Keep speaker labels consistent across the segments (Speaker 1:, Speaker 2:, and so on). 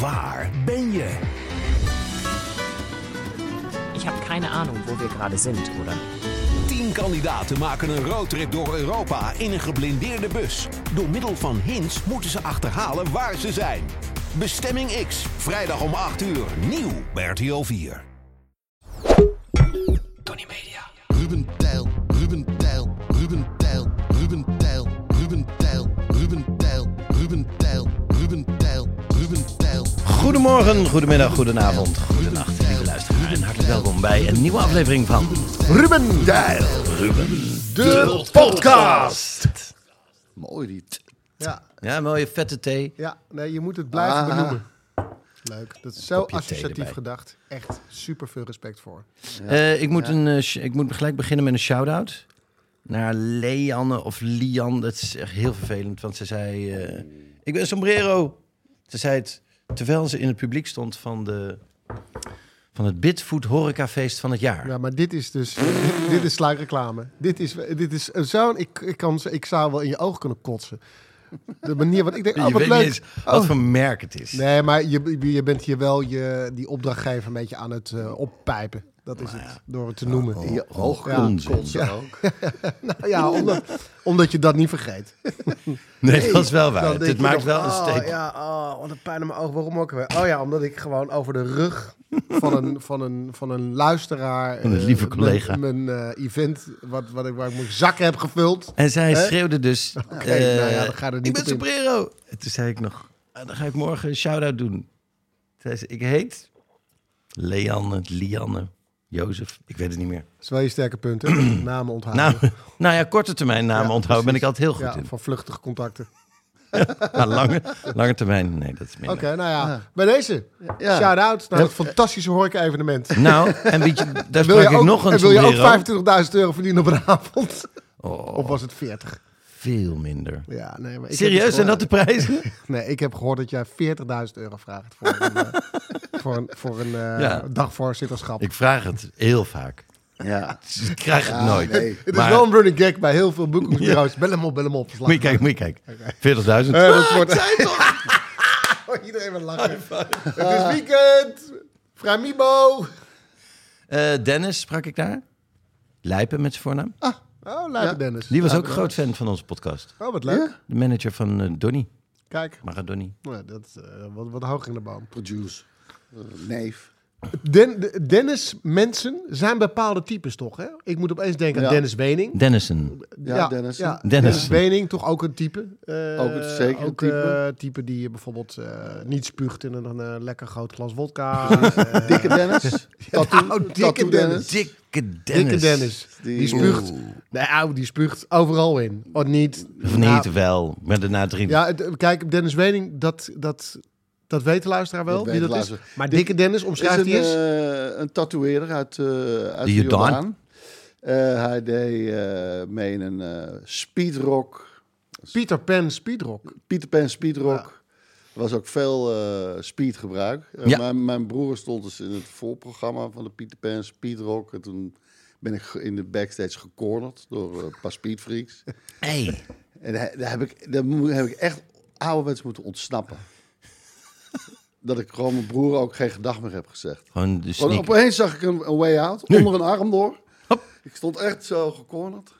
Speaker 1: Waar ben je?
Speaker 2: Ich habe keine Ahnung, wo wir gerade sind, oder?
Speaker 1: Tien kandidaten maken een roadtrip door Europa in een geblindeerde bus. Door middel van hints moeten ze achterhalen waar ze zijn. Bestemming X, vrijdag om 8 uur, nieuw bij RTL 4. Tony Media.
Speaker 3: Ruben Tijl, Ruben Tijl, Ruben Tijl, Ruben Tijl, Ruben Tijl, Ruben Tijl, Ruben Tijl, Ruben Tijl, Ruben Tijl.
Speaker 4: Goedemorgen, goedemiddag, goedenavond, goedenacht, lieve luisteraars. En hartelijk welkom bij een nieuwe aflevering van Ruben Dijl. Ruben, de podcast.
Speaker 3: Mooi dit.
Speaker 5: Ja,
Speaker 4: Ja, mooie vette thee.
Speaker 5: ja. Nee, je moet het blijven benoemen. Leuk. Dat is zo
Speaker 4: Ah. kopje thee
Speaker 5: associatief
Speaker 4: erbij.
Speaker 5: gedacht. Echt super veel respect voor.
Speaker 4: Eh, ik, moet een, eh, sh- ik moet gelijk beginnen met een shout-out naar Leanne of Lian. Dat is echt heel vervelend, want ze zei... eh, ik ben sombrero. Ze zei het terwijl ze in het publiek stond van, de, van het Bitfood Horecafeest van het jaar.
Speaker 5: Ja, maar dit is dus. dit, dit is sluikreclame. Dit is, dit is zo'n. Ik, ik, kan, ik zou wel in je oog kunnen kotsen. De manier wat ik denk.
Speaker 4: Je
Speaker 5: Oh, wat
Speaker 4: weet
Speaker 5: leuk.
Speaker 4: niet eens wat
Speaker 5: Oh.
Speaker 4: voor merk het is.
Speaker 5: Nee, maar je, je bent hier wel je, die opdrachtgever een beetje aan het eh, oppijpen. Dat
Speaker 4: Nou
Speaker 5: is het, door het te
Speaker 4: Oh,
Speaker 5: noemen.
Speaker 3: In je oog
Speaker 5: Ja.
Speaker 3: kon ze ook.
Speaker 5: Nou ja, omdat, omdat je dat niet vergeet.
Speaker 4: Nee, dat is wel waar.
Speaker 5: Dan denk
Speaker 4: Het
Speaker 5: je
Speaker 4: maakt
Speaker 5: nog,
Speaker 4: wel een
Speaker 5: oh,
Speaker 4: steek.
Speaker 5: Ja, oh, wat een pijn in mijn oog. Waarom ook weer? Oh ja, omdat ik gewoon over de rug van een, van een, van een luisteraar...
Speaker 4: Van een
Speaker 5: eh,
Speaker 4: lieve collega.
Speaker 5: Mijn, mijn, eh, event, wat, wat ik, waar ik mijn zakken heb gevuld.
Speaker 4: En zij
Speaker 5: Hè?
Speaker 4: schreeuwde dus...
Speaker 5: Oké,
Speaker 4: eh,
Speaker 5: nou ja, dan ga je er niet
Speaker 4: ik ben
Speaker 5: op in.
Speaker 4: sombrero. En toen zei ik nog... "Ah, Dan ga ik morgen een shout-out doen. Toen zei ze, ik heet... Leanne, Lianne, Jozef. Ik weet het niet meer.
Speaker 5: Dat is wel je sterke punt, hè? Namen onthouden.
Speaker 4: Nou, nou ja, korte termijn namen
Speaker 5: Ah. Ja,
Speaker 4: onthouden ben ik
Speaker 5: precies.
Speaker 4: altijd heel goed
Speaker 5: ja,
Speaker 4: in.
Speaker 5: van vluchtige contacten.
Speaker 4: Maar lange, lange termijn, nee, dat is
Speaker 5: Oké,
Speaker 4: minder.
Speaker 5: nou ja. Bij deze,
Speaker 3: Ja.
Speaker 5: shout-out naar het fantastische horeca-evenement.
Speaker 4: Nou, en weet je, daar
Speaker 5: Wil je,
Speaker 4: sprak ik
Speaker 5: ook,
Speaker 4: nog een
Speaker 5: en wil je
Speaker 4: sombrero.
Speaker 5: ook 25.000 euro verdienen op een avond?
Speaker 4: Oh.
Speaker 5: Of was het 40?
Speaker 4: Veel minder.
Speaker 5: Ja, nee, maar ik heb
Speaker 4: Serieus,
Speaker 5: dus
Speaker 4: zijn
Speaker 5: gewoon-
Speaker 4: dat de prijzen?
Speaker 5: Nee, ik heb gehoord dat jij 40.000 euro vraagt voor een, eh, voor een, voor een eh,
Speaker 4: Ja.
Speaker 5: dagvoorzitterschap.
Speaker 4: Ik vraag het heel vaak.
Speaker 3: Ja.
Speaker 4: Dus ik krijg het nooit.
Speaker 3: nee.
Speaker 5: Het
Speaker 4: Maar-
Speaker 5: is wel een running gag bij heel veel boekingsbureaus. Bel hem op, bel hem op. dus Slag
Speaker 4: Moet je kijken, Ah,
Speaker 5: maar.
Speaker 4: moet je kijken. 40.000.
Speaker 5: Eh, dat wordt... Oh, Iedereen wil lachen. Het
Speaker 4: Ah.
Speaker 5: is weekend. Oh, Framibo.
Speaker 4: Eh, Dennis sprak ik daar. Lijpen met zijn voornaam.
Speaker 5: Oh, lijpe Dennis.
Speaker 4: Die was ook een groot fan van onze podcast.
Speaker 5: Oh, wat leuk.
Speaker 4: De manager van eh, Donny.
Speaker 5: Kijk,
Speaker 4: Maradoni.
Speaker 5: nou, dat, is, eh, wat, wat hoog in de boom.
Speaker 3: Produce. Eh, Neef.
Speaker 5: Den, de- Dennis mensen zijn bepaalde types toch? Hè? Ik moet opeens denken
Speaker 3: Ja.
Speaker 5: aan Dennis Wening.
Speaker 4: Dennison.
Speaker 3: Ja, Dennis.
Speaker 5: ja.
Speaker 4: Dennis.
Speaker 5: Dennis Wening, toch ook een type. Eh,
Speaker 3: Ook een- zeker een
Speaker 5: ook,
Speaker 3: type.
Speaker 5: eh, type die bijvoorbeeld eh, niet spuugt in een, eh, lekker groot glas wodka. Eh,
Speaker 3: Dikke Dennis. Tattoo,
Speaker 5: oh, dikke
Speaker 3: tattoo
Speaker 5: Dennis.
Speaker 4: Dikke Dennis.
Speaker 5: Dikke Dennis.
Speaker 3: Die-
Speaker 5: Die, spuugt. Nee, ouwe, die spuugt overal in. Of niet.
Speaker 4: Of niet
Speaker 5: Nou,
Speaker 4: wel, maar daarna drie.
Speaker 5: ja, het- kijk, Dennis Wening, dat, dat, dat weet de luisteraar wel
Speaker 3: Dat
Speaker 5: wie
Speaker 3: weet
Speaker 5: dat
Speaker 3: de
Speaker 5: is.
Speaker 3: luisteraar.
Speaker 5: Maar
Speaker 3: Dit
Speaker 5: dikke Dennis
Speaker 3: is
Speaker 5: omschrijft
Speaker 3: een,
Speaker 5: hij is.
Speaker 3: eh, een tatoeëerder uit, eh uit de
Speaker 4: De Jordaan.
Speaker 3: Jordaan. Eh, hij deed eh, mee in een eh, speedrock.
Speaker 5: Peter Pan Speedrock.
Speaker 3: Peter Pan speedrock. Er was ook veel eh, speedgebruik. Eh,
Speaker 4: Ja.
Speaker 3: mijn, mijn broer stond dus in het voorprogramma van de Peter Pan speedrock. En toen ben ik ge- in de backstage gecornerd door eh, een paar speedfreaks.
Speaker 4: Hey.
Speaker 3: En daar, daar heb, ik, daar moe- heb ik echt ouderwets moeten ontsnappen. Dat ik gewoon mijn broer ook geen gedag meer heb gezegd.
Speaker 4: Gewoon de
Speaker 3: Want
Speaker 4: sneak.
Speaker 3: opeens zag ik een, een way out, onder een arm door. Ik stond echt zo gecornerd.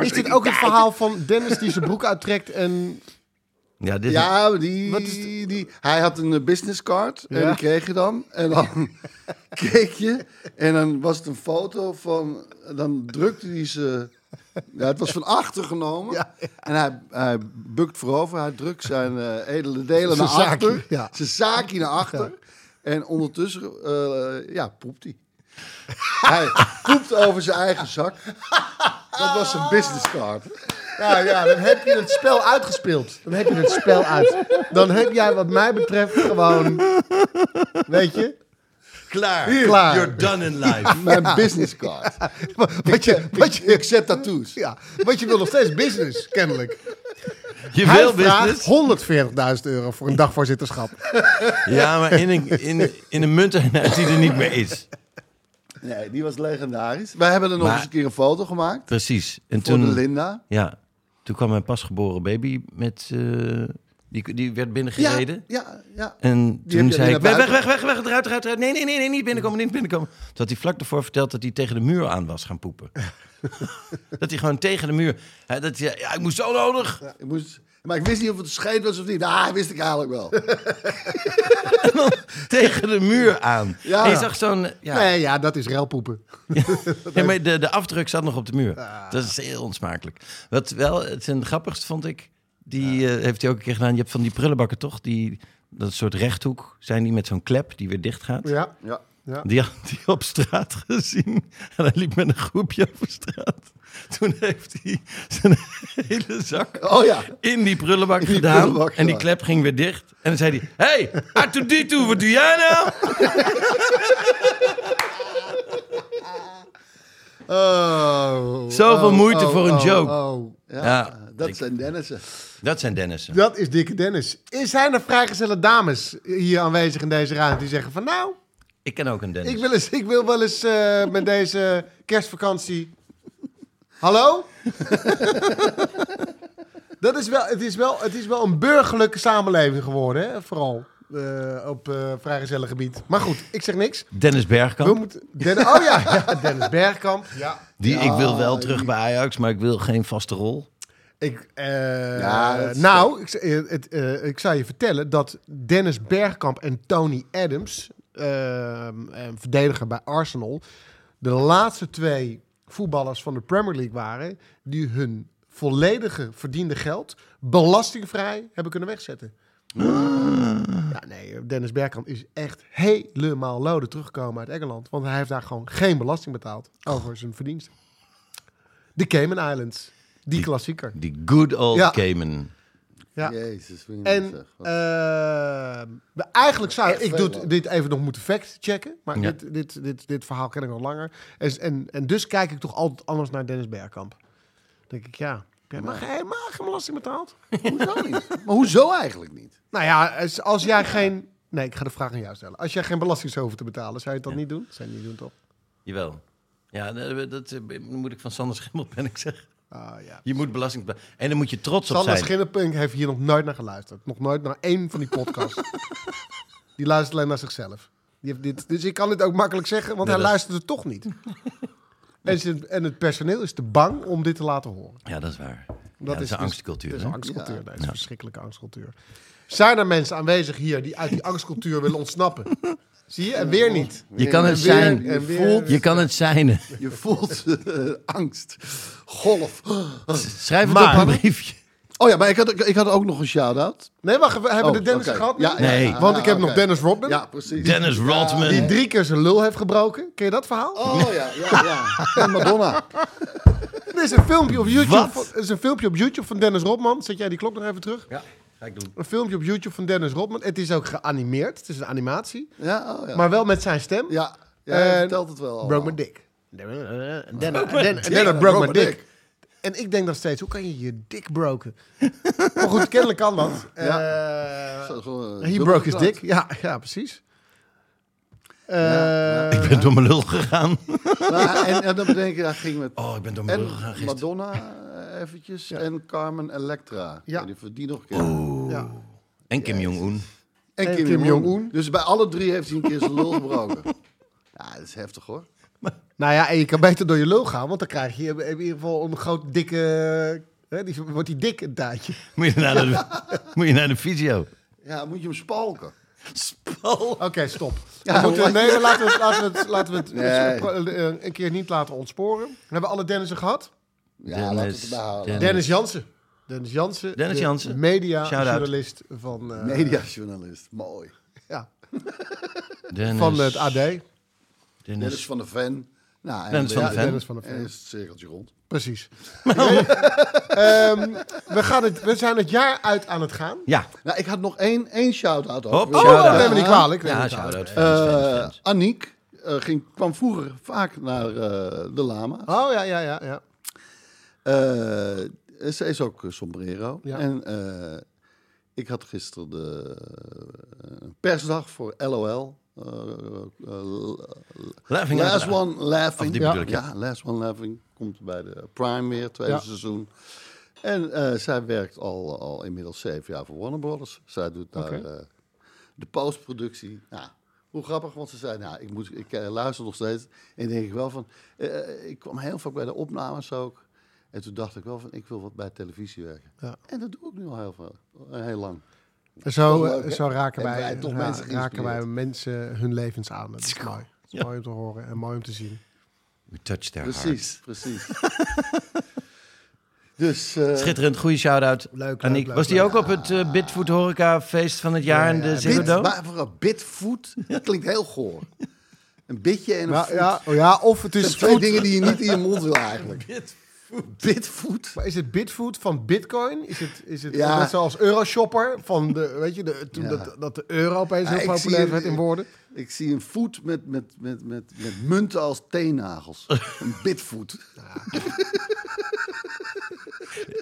Speaker 5: Is dit ook het verhaal van Dennis die zijn broek uittrekt en...
Speaker 4: Ja, dit is
Speaker 3: Ja, die,
Speaker 5: Wat is de-
Speaker 3: die, hij had een eh, businesscard en
Speaker 5: Ja.
Speaker 3: die kreeg je dan. En dan keek je en dan was het een foto van... Dan drukte hij ze... Ja, het was van achter genomen. En hij, hij bukt voorover. Hij drukt zijn eh, edele delen
Speaker 5: Zijn
Speaker 3: naar
Speaker 5: zaakje,
Speaker 3: achter.
Speaker 5: ja.
Speaker 3: Zijn zaakje naar achter. En ondertussen, eh, ja, poept hij. hij poept over zijn eigen zak. Dat was een businesscard.
Speaker 5: Nou ja, dan heb je het spel uitgespeeld. Dan heb je het spel uit. Dan heb jij wat mij betreft gewoon... Weet je?
Speaker 4: Klaar.
Speaker 5: Klaar.
Speaker 4: You're done in life.
Speaker 3: Mijn businesscard.
Speaker 5: Wat je, wat je,
Speaker 3: Ik zet tattoos.
Speaker 5: ja, wat je wil nog steeds business, kennelijk.
Speaker 4: Je
Speaker 5: Hij
Speaker 4: wil
Speaker 5: vraagt
Speaker 4: business.
Speaker 5: 140.000 euro voor een dagvoorzitterschap.
Speaker 4: Ja, maar in een, in, in een munteenheid die er niet meer is.
Speaker 3: Nee, die was legendarisch. Wij hebben er nog
Speaker 4: Maar-
Speaker 3: eens een keer een foto gemaakt.
Speaker 4: Precies. En
Speaker 3: Voor de
Speaker 4: toen,
Speaker 3: Linda.
Speaker 4: ja, toen kwam mijn pasgeboren baby met... eh, die, die werd
Speaker 3: Ja,
Speaker 4: binnengereden.
Speaker 3: ja, ja.
Speaker 4: En
Speaker 3: heb
Speaker 4: toen
Speaker 3: je
Speaker 4: zei
Speaker 3: weer
Speaker 4: ik,
Speaker 3: naar
Speaker 4: weg, weg, weg, weg, weg, eruit, eruit, eruit. Nee, nee, nee, nee, niet binnenkomen, niet binnenkomen. Toen had hij vlak daarvoor verteld dat hij tegen de muur aan was gaan poepen. dat hij gewoon tegen de muur... Hè, dat hij, ja, ik moest zo nodig.
Speaker 3: Ik moest, maar ik wist niet of het scheet was of niet. Ah, wist ik eigenlijk wel.
Speaker 4: tegen de muur aan.
Speaker 3: Ja.
Speaker 4: En je zag zo'n... Ja,
Speaker 5: Nee, ja, dat is relpoepen.
Speaker 4: nee, maar de, de afdruk zat nog op de muur. Dat is heel onsmakelijk. Wat wel het zijn grappigst vond ik... Die eh, heeft hij ook een keer gedaan. Je hebt van die prullenbakken toch? Die, dat soort rechthoek zijn die met zo'n klep die weer dicht gaat.
Speaker 5: Ja.
Speaker 3: Ja.
Speaker 4: Die had hij op straat gezien. En hij liep met een groepje over straat. Toen heeft hij zijn hele zak
Speaker 3: Oh ja.
Speaker 4: in die prullenbak
Speaker 3: die
Speaker 4: gedaan.
Speaker 3: prullenbak,
Speaker 4: en die
Speaker 3: ja.
Speaker 4: klep ging weer dicht. En dan zei hij... Hé, hey, Artudito, wat doe jij nou?
Speaker 5: Oh,
Speaker 4: Zoveel moeite voor een
Speaker 5: oh,
Speaker 4: joke.
Speaker 5: oh.
Speaker 3: ja,
Speaker 4: Ja,
Speaker 3: dat
Speaker 4: ik-
Speaker 3: zijn Dennissen.
Speaker 4: Dat zijn Dennissen.
Speaker 5: Dat is dikke Dennis. Is- Zijn er vrijgezelle dames hier aanwezig in deze ruimte die zeggen van... Nou,
Speaker 4: Ik ken ook een Dennis.
Speaker 5: ik wil, eens, ik wil wel eens eh, met deze kerstvakantie... Hallo? dat is wel, het, is wel, het is wel een burgerlijke samenleving geworden, hè? vooral eh, op eh vrijgezellen gebied. Maar goed, ik zeg niks.
Speaker 4: Dennis
Speaker 5: We
Speaker 4: Bergkamp.
Speaker 5: moeten... Den- oh ja, ja, Dennis Bergkamp. Ja.
Speaker 4: Die, ik wil wel terug bij Ajax, maar ik wil geen vaste rol.
Speaker 5: Ik, eh,
Speaker 3: Ja, dat is-
Speaker 5: nou, ik, z- eh, het, eh, ik zou je vertellen dat Dennis Bergkamp en Tony Adams, eh, een verdediger bij Arsenal, de laatste twee voetballers van de Premier League waren die hun volledige verdiende geld belastingvrij hebben kunnen wegzetten.
Speaker 3: Ah.
Speaker 5: Ja, nee, Dennis Bergkamp is echt helemaal lode teruggekomen uit Engeland, want hij heeft daar gewoon geen belasting betaald
Speaker 3: Oh.
Speaker 5: over zijn verdiensten. De Cayman Islands, die klassieker.
Speaker 4: Die good old
Speaker 5: Ja.
Speaker 4: Cayman.
Speaker 5: Ja.
Speaker 3: Jezus, vind je dat
Speaker 5: En
Speaker 3: zeg. Wat-
Speaker 5: eh, eigenlijk zou ik
Speaker 3: veel,
Speaker 5: doe
Speaker 3: hoor.
Speaker 5: het- dit even nog moeten factchecken. Maar
Speaker 4: Ja.
Speaker 5: dit, dit, dit, dit verhaal ken ik al langer. En, en, en dus kijk ik toch altijd anders naar Dennis Bergkamp. Dan denk ik, ja. ja maar hij mag geen belasting betaald?
Speaker 3: Hoezo niet? Maar hoezo eigenlijk niet?
Speaker 5: nou ja, als, als jij geen... Nee, ik ga de vraag aan jou stellen. Als jij geen belasting zou hoeven te betalen, zou je het dan niet doen? Zou je het niet doen, toch?
Speaker 4: Jawel. Ja, dat, dat eh, moet ik van Sander Schimmel, ben ik zeggen.
Speaker 5: Ah, ja.
Speaker 4: Je moet belasting... be- En dan moet je trots op
Speaker 5: Sander
Speaker 4: zijn.
Speaker 5: Schinnepunk heeft hier nog nooit naar geluisterd. Nog nooit naar één van die podcasts. die luistert alleen naar zichzelf. Die heeft dit, dus ik kan dit ook makkelijk zeggen, want
Speaker 4: Nee,
Speaker 5: hij
Speaker 4: dat-
Speaker 5: luistert het toch niet. en, ze- en het personeel is te bang om dit te laten horen.
Speaker 4: Ja, dat is waar. Ja, Dat, is,
Speaker 5: is
Speaker 4: een
Speaker 5: dus-
Speaker 4: angstcultuur.
Speaker 5: Dat is
Speaker 4: hè?
Speaker 5: een angstcultuur, nee, dat is een verschrikkelijke angstcultuur. Zijn er mensen aanwezig hier die uit die angstcultuur willen ontsnappen? Zie je? En weer niet.
Speaker 4: Je kan het
Speaker 3: En weer-
Speaker 4: zijn.
Speaker 3: en
Speaker 4: Je
Speaker 3: weer-
Speaker 4: voelt- Je kan het zijn.
Speaker 3: Je voelt eh, angst. Golf.
Speaker 4: Schrijf het
Speaker 5: Maar-
Speaker 4: op een briefje.
Speaker 3: Oh ja, maar ik had, ik had ook nog een shout-out.
Speaker 5: Nee, wacht, we hebben
Speaker 3: Oh,
Speaker 5: de Dennis
Speaker 3: oké.
Speaker 5: gehad.
Speaker 3: Ja,
Speaker 5: niet?
Speaker 3: ja,
Speaker 4: Nee.
Speaker 3: ja,
Speaker 5: Want ik
Speaker 3: ja,
Speaker 5: heb nog
Speaker 3: oké.
Speaker 5: Dennis Rodman.
Speaker 3: Ja, precies.
Speaker 4: Dennis Rodman.
Speaker 5: Die drie keer zijn lul heeft gebroken. Ken je dat verhaal?
Speaker 3: Oh ja, ja, ja. En Madonna.
Speaker 5: Er is een filmpje op YouTube.
Speaker 4: Wat?
Speaker 5: Van, er is een filmpje op YouTube van Dennis Rodman. Zet jij die klok nog even terug?
Speaker 4: Ja, ga ik doen.
Speaker 5: Een filmpje op YouTube van Dennis Rodman. Het is ook geanimeerd. Het is een animatie.
Speaker 3: Ja, oh ja.
Speaker 5: Maar wel met zijn stem.
Speaker 3: ja, ja hij
Speaker 5: En-
Speaker 3: vertelt het wel. allemaal.
Speaker 5: Broke my dick. Dennis
Speaker 4: dick.
Speaker 5: Dennis broke
Speaker 3: Broke
Speaker 5: my
Speaker 3: my
Speaker 5: dick. En ik denk nog steeds, hoe kan je je dik broken? maar goed, kennelijk kan dat. Eh,
Speaker 3: Zo, gewoon, eh,
Speaker 5: he
Speaker 3: dubbel
Speaker 5: broke his
Speaker 3: geklapt.
Speaker 5: dick. Ja, ja precies. Eh,
Speaker 4: Ik ben door mijn lul gegaan.
Speaker 3: Maar, en, en dan bedenk je, hij ging met
Speaker 4: Oh, ik ben door mijn lul gegaan
Speaker 3: en
Speaker 4: gisteren.
Speaker 3: Madonna eh, eventjes en Carmen Electra.
Speaker 5: Ja.
Speaker 3: Ja. Die, die nog een keer.
Speaker 5: ja.
Speaker 4: En Kim Jong-un.
Speaker 3: En, Kim, Jong-un. Dus bij alle drie heeft hij een keer zijn lul gebroken. Ja, dat is heftig hoor.
Speaker 5: Nou ja, en je kan beter door je lul gaan, want dan krijg je in ieder geval een groot dikke... Hè, die, wordt die dik een tijdje.
Speaker 4: Moet je naar de, moet je naar de fysio.
Speaker 3: Ja, moet je hem spalken.
Speaker 4: Spal.
Speaker 5: Oké, stop. We moeten, nee, maar laten we het, laten we het, laten we het
Speaker 3: Nee.
Speaker 5: eh, eh, een keer niet laten ontsporen. We hebben alle Dennissen gehad.
Speaker 3: Ja,
Speaker 4: Dennis,
Speaker 3: laten we het bij houden.
Speaker 4: Dennis.
Speaker 5: Dennis Jansen. Dennis Jansen.
Speaker 4: Dennis
Speaker 5: de
Speaker 4: Jansen. Shout-out.
Speaker 5: Media-journalist van, eh,
Speaker 3: Mediajournalist, mooi.
Speaker 5: ja,
Speaker 4: Dennis-
Speaker 5: van het AD.
Speaker 4: Dennis.
Speaker 3: Dennis van de Ven. Nou, en
Speaker 4: Dennis van
Speaker 3: ja,
Speaker 4: de Ven.
Speaker 3: Dennis
Speaker 5: van de
Speaker 3: En is het cirkeltje rond.
Speaker 5: Precies.
Speaker 4: Nou.
Speaker 5: Ehm, we, gaan het, we zijn het jaar uit aan het gaan.
Speaker 4: Ja.
Speaker 3: Nou, ik had nog één, één shout-out
Speaker 4: Hop,
Speaker 3: over.
Speaker 4: shout-out.
Speaker 5: Oh, neem me niet kwalijk. neem me
Speaker 4: Ja,
Speaker 5: niet kwalijk.
Speaker 4: shout-out.
Speaker 3: Eh,
Speaker 4: fans, fans, fans.
Speaker 3: Aniek eh, ging, kwam vroeger vaak naar eh, de Lama.
Speaker 5: Oh ja, ja, ja. ja.
Speaker 3: Eh, ze is ook eh, sombrero.
Speaker 5: Ja.
Speaker 3: En eh, ik had gisteren de eh, persdag voor LOL. eh, eh,
Speaker 4: Laughing out
Speaker 3: last
Speaker 4: loud.
Speaker 3: One Laughing.
Speaker 4: Of die
Speaker 3: ja.
Speaker 4: bedoel ik, ja.
Speaker 3: Last One Laughing komt bij de Prime weer, tweede
Speaker 5: Ja.
Speaker 3: seizoen. En eh, zij werkt al, al inmiddels zeven jaar voor Warner Brothers. Zij doet daar
Speaker 5: Oké.
Speaker 3: eh, de postproductie. Nou, hoe grappig, want ze zei, nou, ik, moet, ik eh, luister nog steeds. En denk ik wel van, eh, ik kwam heel vaak bij de opnames ook. En toen dacht ik wel van, ik wil wat bij televisie werken.
Speaker 5: Ja.
Speaker 3: En dat doe ik nu al heel, veel, eh, heel lang.
Speaker 5: Zo,
Speaker 3: Toch leuk, hè?
Speaker 5: eh, zo raken, wij,
Speaker 3: Hebben wij toch
Speaker 5: ra-
Speaker 3: mensen
Speaker 5: raken
Speaker 3: geïnspireerd.
Speaker 5: wij mensen hun levens aan. Dat is mooi. Dat is
Speaker 4: Ja.
Speaker 5: mooi om te horen en mooi om te zien.
Speaker 4: You touched their heart.
Speaker 3: Precies, precies. dus, eh,
Speaker 4: Schitterend, goede shout-out.
Speaker 5: leuk,
Speaker 4: Aniek.
Speaker 5: leuk,
Speaker 4: Was die
Speaker 5: leuk.
Speaker 4: ook op het eh, Bitfood Horeca feest van het jaar in de Ziggo
Speaker 3: Bit,
Speaker 4: Dome?
Speaker 3: maar vooral bitfood, dat klinkt heel goor. Een bitje en een
Speaker 5: Nou,
Speaker 3: food.
Speaker 5: ja, oh ja, of het
Speaker 3: dat
Speaker 5: is
Speaker 3: zijn twee
Speaker 5: food.
Speaker 3: dingen die je niet in je mond wil eigenlijk. Bitfood.
Speaker 5: Maar is het Bitfood van Bitcoin? Is het, is het
Speaker 3: Ja.
Speaker 5: net zoals Euroshopper van de, weet je, de, toen
Speaker 3: Ja.
Speaker 5: dat, dat de euro opeens
Speaker 3: Ja,
Speaker 5: heel
Speaker 3: ik
Speaker 5: populair
Speaker 3: zie-
Speaker 5: werd in woorden?
Speaker 3: Ik zie een food met, met, met, met, met munten als teennagels. Een bitfood.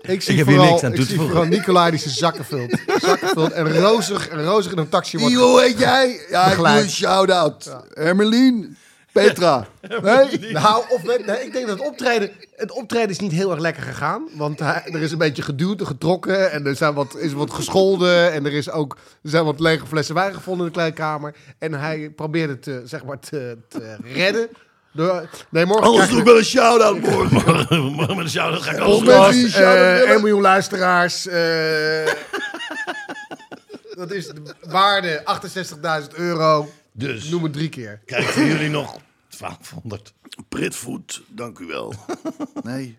Speaker 5: Ik zie
Speaker 4: heb hier
Speaker 5: vooral,
Speaker 4: niks aan
Speaker 5: ik
Speaker 4: toe
Speaker 5: zie
Speaker 4: te voegen.
Speaker 5: vooral Nicolai die zijn zakken vult. Zakken vult en rozig, en rozig in een taxi wordt.
Speaker 3: Ijo, heet jij? Ja, ik doe
Speaker 5: Begeleid.
Speaker 3: een shout-out. Hermelien, Petra.
Speaker 5: Nee, nou, of met, nee, ik denk dat het optreden, het optreden is niet heel erg lekker gegaan. Want hij- er is een beetje geduwd en getrokken. En er zijn wat, is wat gescholden. En er, is ook, er zijn wat lege flessen wijn gevonden in de kleedkamer. En hij probeerde het, eh, zeg maar, te, te redden. Door, nee, morgen
Speaker 3: Anders
Speaker 5: krijg je
Speaker 3: doe ik wel een shout-out morgen.
Speaker 4: Maar met een shout-out ga ik
Speaker 3: Of
Speaker 4: ook.
Speaker 3: mensen die een
Speaker 5: podcast, eh,
Speaker 3: shout-out willen.
Speaker 5: 1 miljoen luisteraars. eh, dat is de waarde 68.000 euro.
Speaker 4: Dus.
Speaker 5: Noem het drie keer.
Speaker 4: Kijk, voor jullie nog 1200.
Speaker 3: Pritfood, dank u wel. Nee.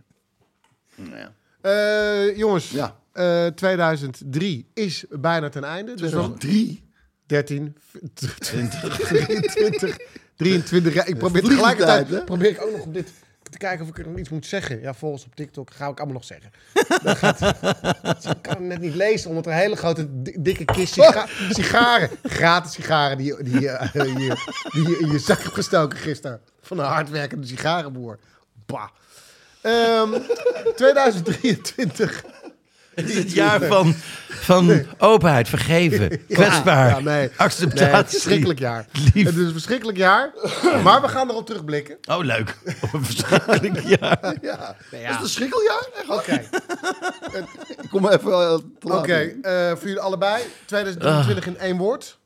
Speaker 3: Nee.
Speaker 5: Eh, jongens,
Speaker 3: Ja.
Speaker 5: eh, 2003 is bijna ten einde. Dus nog
Speaker 3: Drie.
Speaker 5: 13, 23, 23. Ja, ik probeer tegelijkertijd
Speaker 3: hè?
Speaker 5: probeer ik ook nog op dit te kijken of ik er nog iets moet zeggen. Ja, volgens op TikTok ga ik allemaal nog zeggen. Dat gaat, ik kan het net niet lezen, omdat er een hele grote di- dikke kist siga- sigaren, gratis sigaren die, je- die, je- eh, je- die je in je zak hebt gestoken gisteren. Van een hardwerkende sigarenboer. Bah. Ehm, 2023.
Speaker 4: Het is het jaar van, van openheid, vergeven, kwetsbaar,
Speaker 5: Ja, nee. Nee, het is een
Speaker 4: acceptatie.
Speaker 5: verschrikkelijk jaar.
Speaker 4: lief.
Speaker 5: Het is een verschrikkelijk jaar. Maar we gaan erop terugblikken.
Speaker 4: Oh, leuk. Een verschrikkelijk jaar.
Speaker 3: Ja.
Speaker 5: ja.
Speaker 3: Is het een schrikkeljaar? Echt waar?
Speaker 5: Oké,
Speaker 3: Ik kom even eh, te laat.
Speaker 5: oké. eh, voor jullie allebei.
Speaker 4: Ah.
Speaker 5: 2023 in één woord.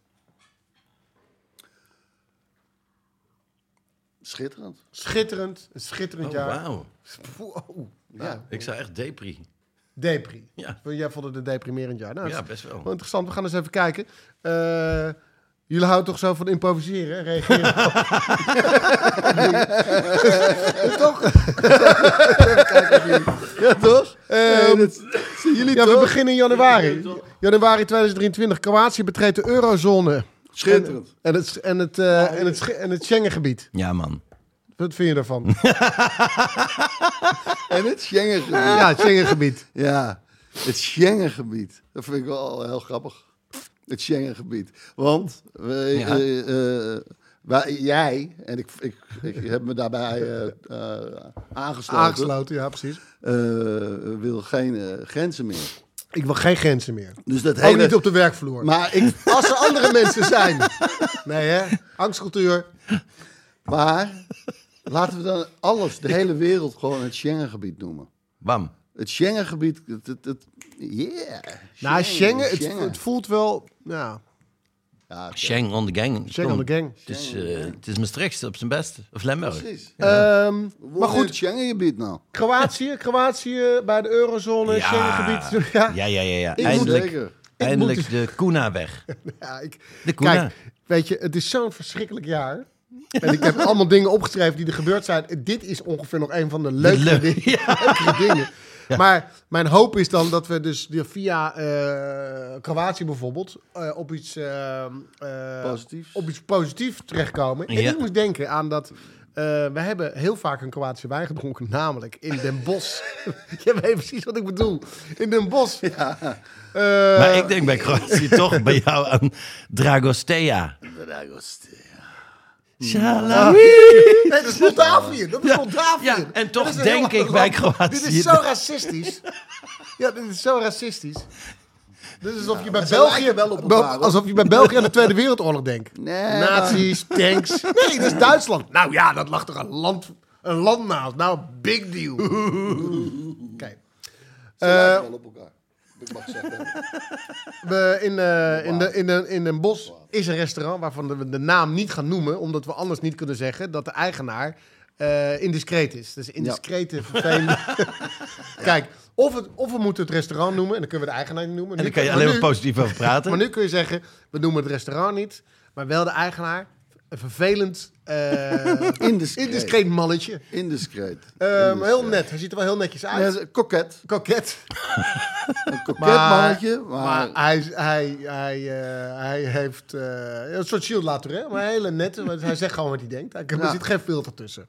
Speaker 3: Schitterend.
Speaker 5: Schitterend. Een schitterend
Speaker 4: Oh,
Speaker 5: jaar.
Speaker 4: wauw.
Speaker 5: Wow.
Speaker 3: Ja.
Speaker 4: Ik zou echt depri.
Speaker 5: Depri.
Speaker 4: Ja.
Speaker 5: Jij vond het een deprimerend jaar. Nou,
Speaker 4: Ja,
Speaker 5: het is
Speaker 4: best wel.
Speaker 5: interessant. We gaan eens even kijken. Eh, jullie houden toch zo van improviseren? hè? Reageren. toch?
Speaker 3: Ja, toch?
Speaker 5: Ehm,
Speaker 3: Zien jullie
Speaker 5: ja, we
Speaker 3: toch?
Speaker 5: beginnen in januari. Januari 2023. Kroatië betreedt de eurozone.
Speaker 3: Schitterend.
Speaker 5: En het, en het, eh, en het, Sch- en het Schengengebied.
Speaker 4: Ja, man.
Speaker 5: Wat vind je daarvan?
Speaker 3: En het Schengengebied.
Speaker 5: ja, het Schengengebied.
Speaker 3: Ja, het Schengengebied. Dat vind ik wel heel grappig. Het Schengengebied. Want we,
Speaker 4: Ja.
Speaker 3: eh, eh, wij- jij, en ik, ik, ik heb me daarbij eh, eh, aangesloten,
Speaker 5: Aangesloten, ja, precies.
Speaker 3: eh, wil geen eh, grenzen meer.
Speaker 5: Ik wil geen grenzen meer.
Speaker 3: Dus dat
Speaker 5: Ook
Speaker 3: hele...
Speaker 5: Oh, niet op de werkvloer.
Speaker 3: Maar ik,
Speaker 5: Als er andere mensen zijn. Nee, hè? Angstcultuur.
Speaker 3: Maar laten we dan alles, de hele wereld, gewoon het Schengengebied noemen.
Speaker 4: Bam.
Speaker 3: Het Schengengebied, het, het, het- yeah.
Speaker 5: Nou, Schengen, het,
Speaker 3: Schengen.
Speaker 5: het voelt wel... Ja,
Speaker 3: Ja, oké.
Speaker 4: Shang on the gang.
Speaker 5: Schengen
Speaker 4: Kom.
Speaker 5: on the gang.
Speaker 4: Het is, eh, het is Maastricht op zijn beste. Of Limburg.
Speaker 3: Precies.
Speaker 5: Ehm,
Speaker 3: maar
Speaker 5: maar
Speaker 3: goed, het
Speaker 5: goed,
Speaker 3: Schengengebied nou.
Speaker 5: Kroatië, Kroatië bij de eurozone, Schengengebied.
Speaker 4: Ja, ja, ja. ja.
Speaker 5: Ik moet-
Speaker 4: Eindelijk,
Speaker 3: Zeker.
Speaker 4: eindelijk de Kuna weg.
Speaker 5: Ja, ik,
Speaker 4: De Kuna.
Speaker 5: kijk, weet je, het is zo'n verschrikkelijk jaar. En ik heb allemaal dingen opgeschreven die er gebeurd zijn. Dit is ongeveer nog een van de leukere,
Speaker 4: leuk-
Speaker 5: dingen, leukere dingen. Maar mijn hoop is dan dat we dus die- via eh, Kroatië bijvoorbeeld eh, op, iets, eh, eh,
Speaker 3: Positiefs.
Speaker 5: op iets positiefs terechtkomen. En
Speaker 4: Ja.
Speaker 5: ik moest denken aan dat Eh, we hebben heel vaak een Kroatische wijn gedronken, namelijk in Den Bosch. Je weet precies wat ik bedoel. In Den Bosch. Eh,
Speaker 4: Maar ik denk bij Kroatië toch bij jou aan Dragostea. Dragostea.
Speaker 5: Nee, dat is Moldavië. Dat is Moldavië.
Speaker 4: ja, en toch
Speaker 5: Dat is een
Speaker 4: denk
Speaker 5: heel
Speaker 4: ik bij
Speaker 5: ander land.
Speaker 4: Kroatië
Speaker 5: Dit is zo
Speaker 4: dat-
Speaker 5: racistisch. Ja, dit is zo racistisch. Dit is alsof je bij
Speaker 3: ze
Speaker 5: België...
Speaker 3: lijken wel op
Speaker 5: Bel-
Speaker 3: elkaar, hoor.
Speaker 5: alsof je bij België aan de Tweede Wereldoorlog denkt.
Speaker 3: Nee,
Speaker 5: Nazi's, tanks. Nee, dat is Duitsland. Nou ja, dat lag toch een land, een land naast. Nou, big deal. Kijk.
Speaker 3: Ze
Speaker 5: Eh,
Speaker 3: lijken wel op elkaar. Ik mag zeggen.
Speaker 5: We in, eh, in, de, in, de, in Den Bosch is een restaurant waarvan we de naam niet gaan noemen, omdat we anders niet kunnen zeggen dat de eigenaar eh, indiscreet is. Dus indiscrete, vervelende. Kijk, of, het, of we moeten het restaurant noemen en dan kunnen we de eigenaar niet noemen.
Speaker 4: En
Speaker 5: Nu
Speaker 4: dan kan je
Speaker 5: kun-
Speaker 4: alleen maar
Speaker 5: nu-
Speaker 4: positief over praten.
Speaker 5: Maar nu kun je zeggen, we noemen het restaurant niet, maar wel de eigenaar. Een vervelend, eh,
Speaker 3: Indiscreet.
Speaker 5: indiscreet malletje.
Speaker 3: Indiscreet.
Speaker 5: Eh, maar heel net, hij ziet er wel heel netjes uit.
Speaker 3: Ja, ze- Koket.
Speaker 5: Koket.
Speaker 3: Een koket
Speaker 5: Maar-
Speaker 3: mannetje. Maar,
Speaker 5: Maar hij, is- hij, hij, eh, hij heeft eh, een soort Gilles Latouré, maar een hele nette. want hij zegt gewoon wat hij denkt. Hij- Er
Speaker 3: Ja.
Speaker 5: zit geen filter tussen.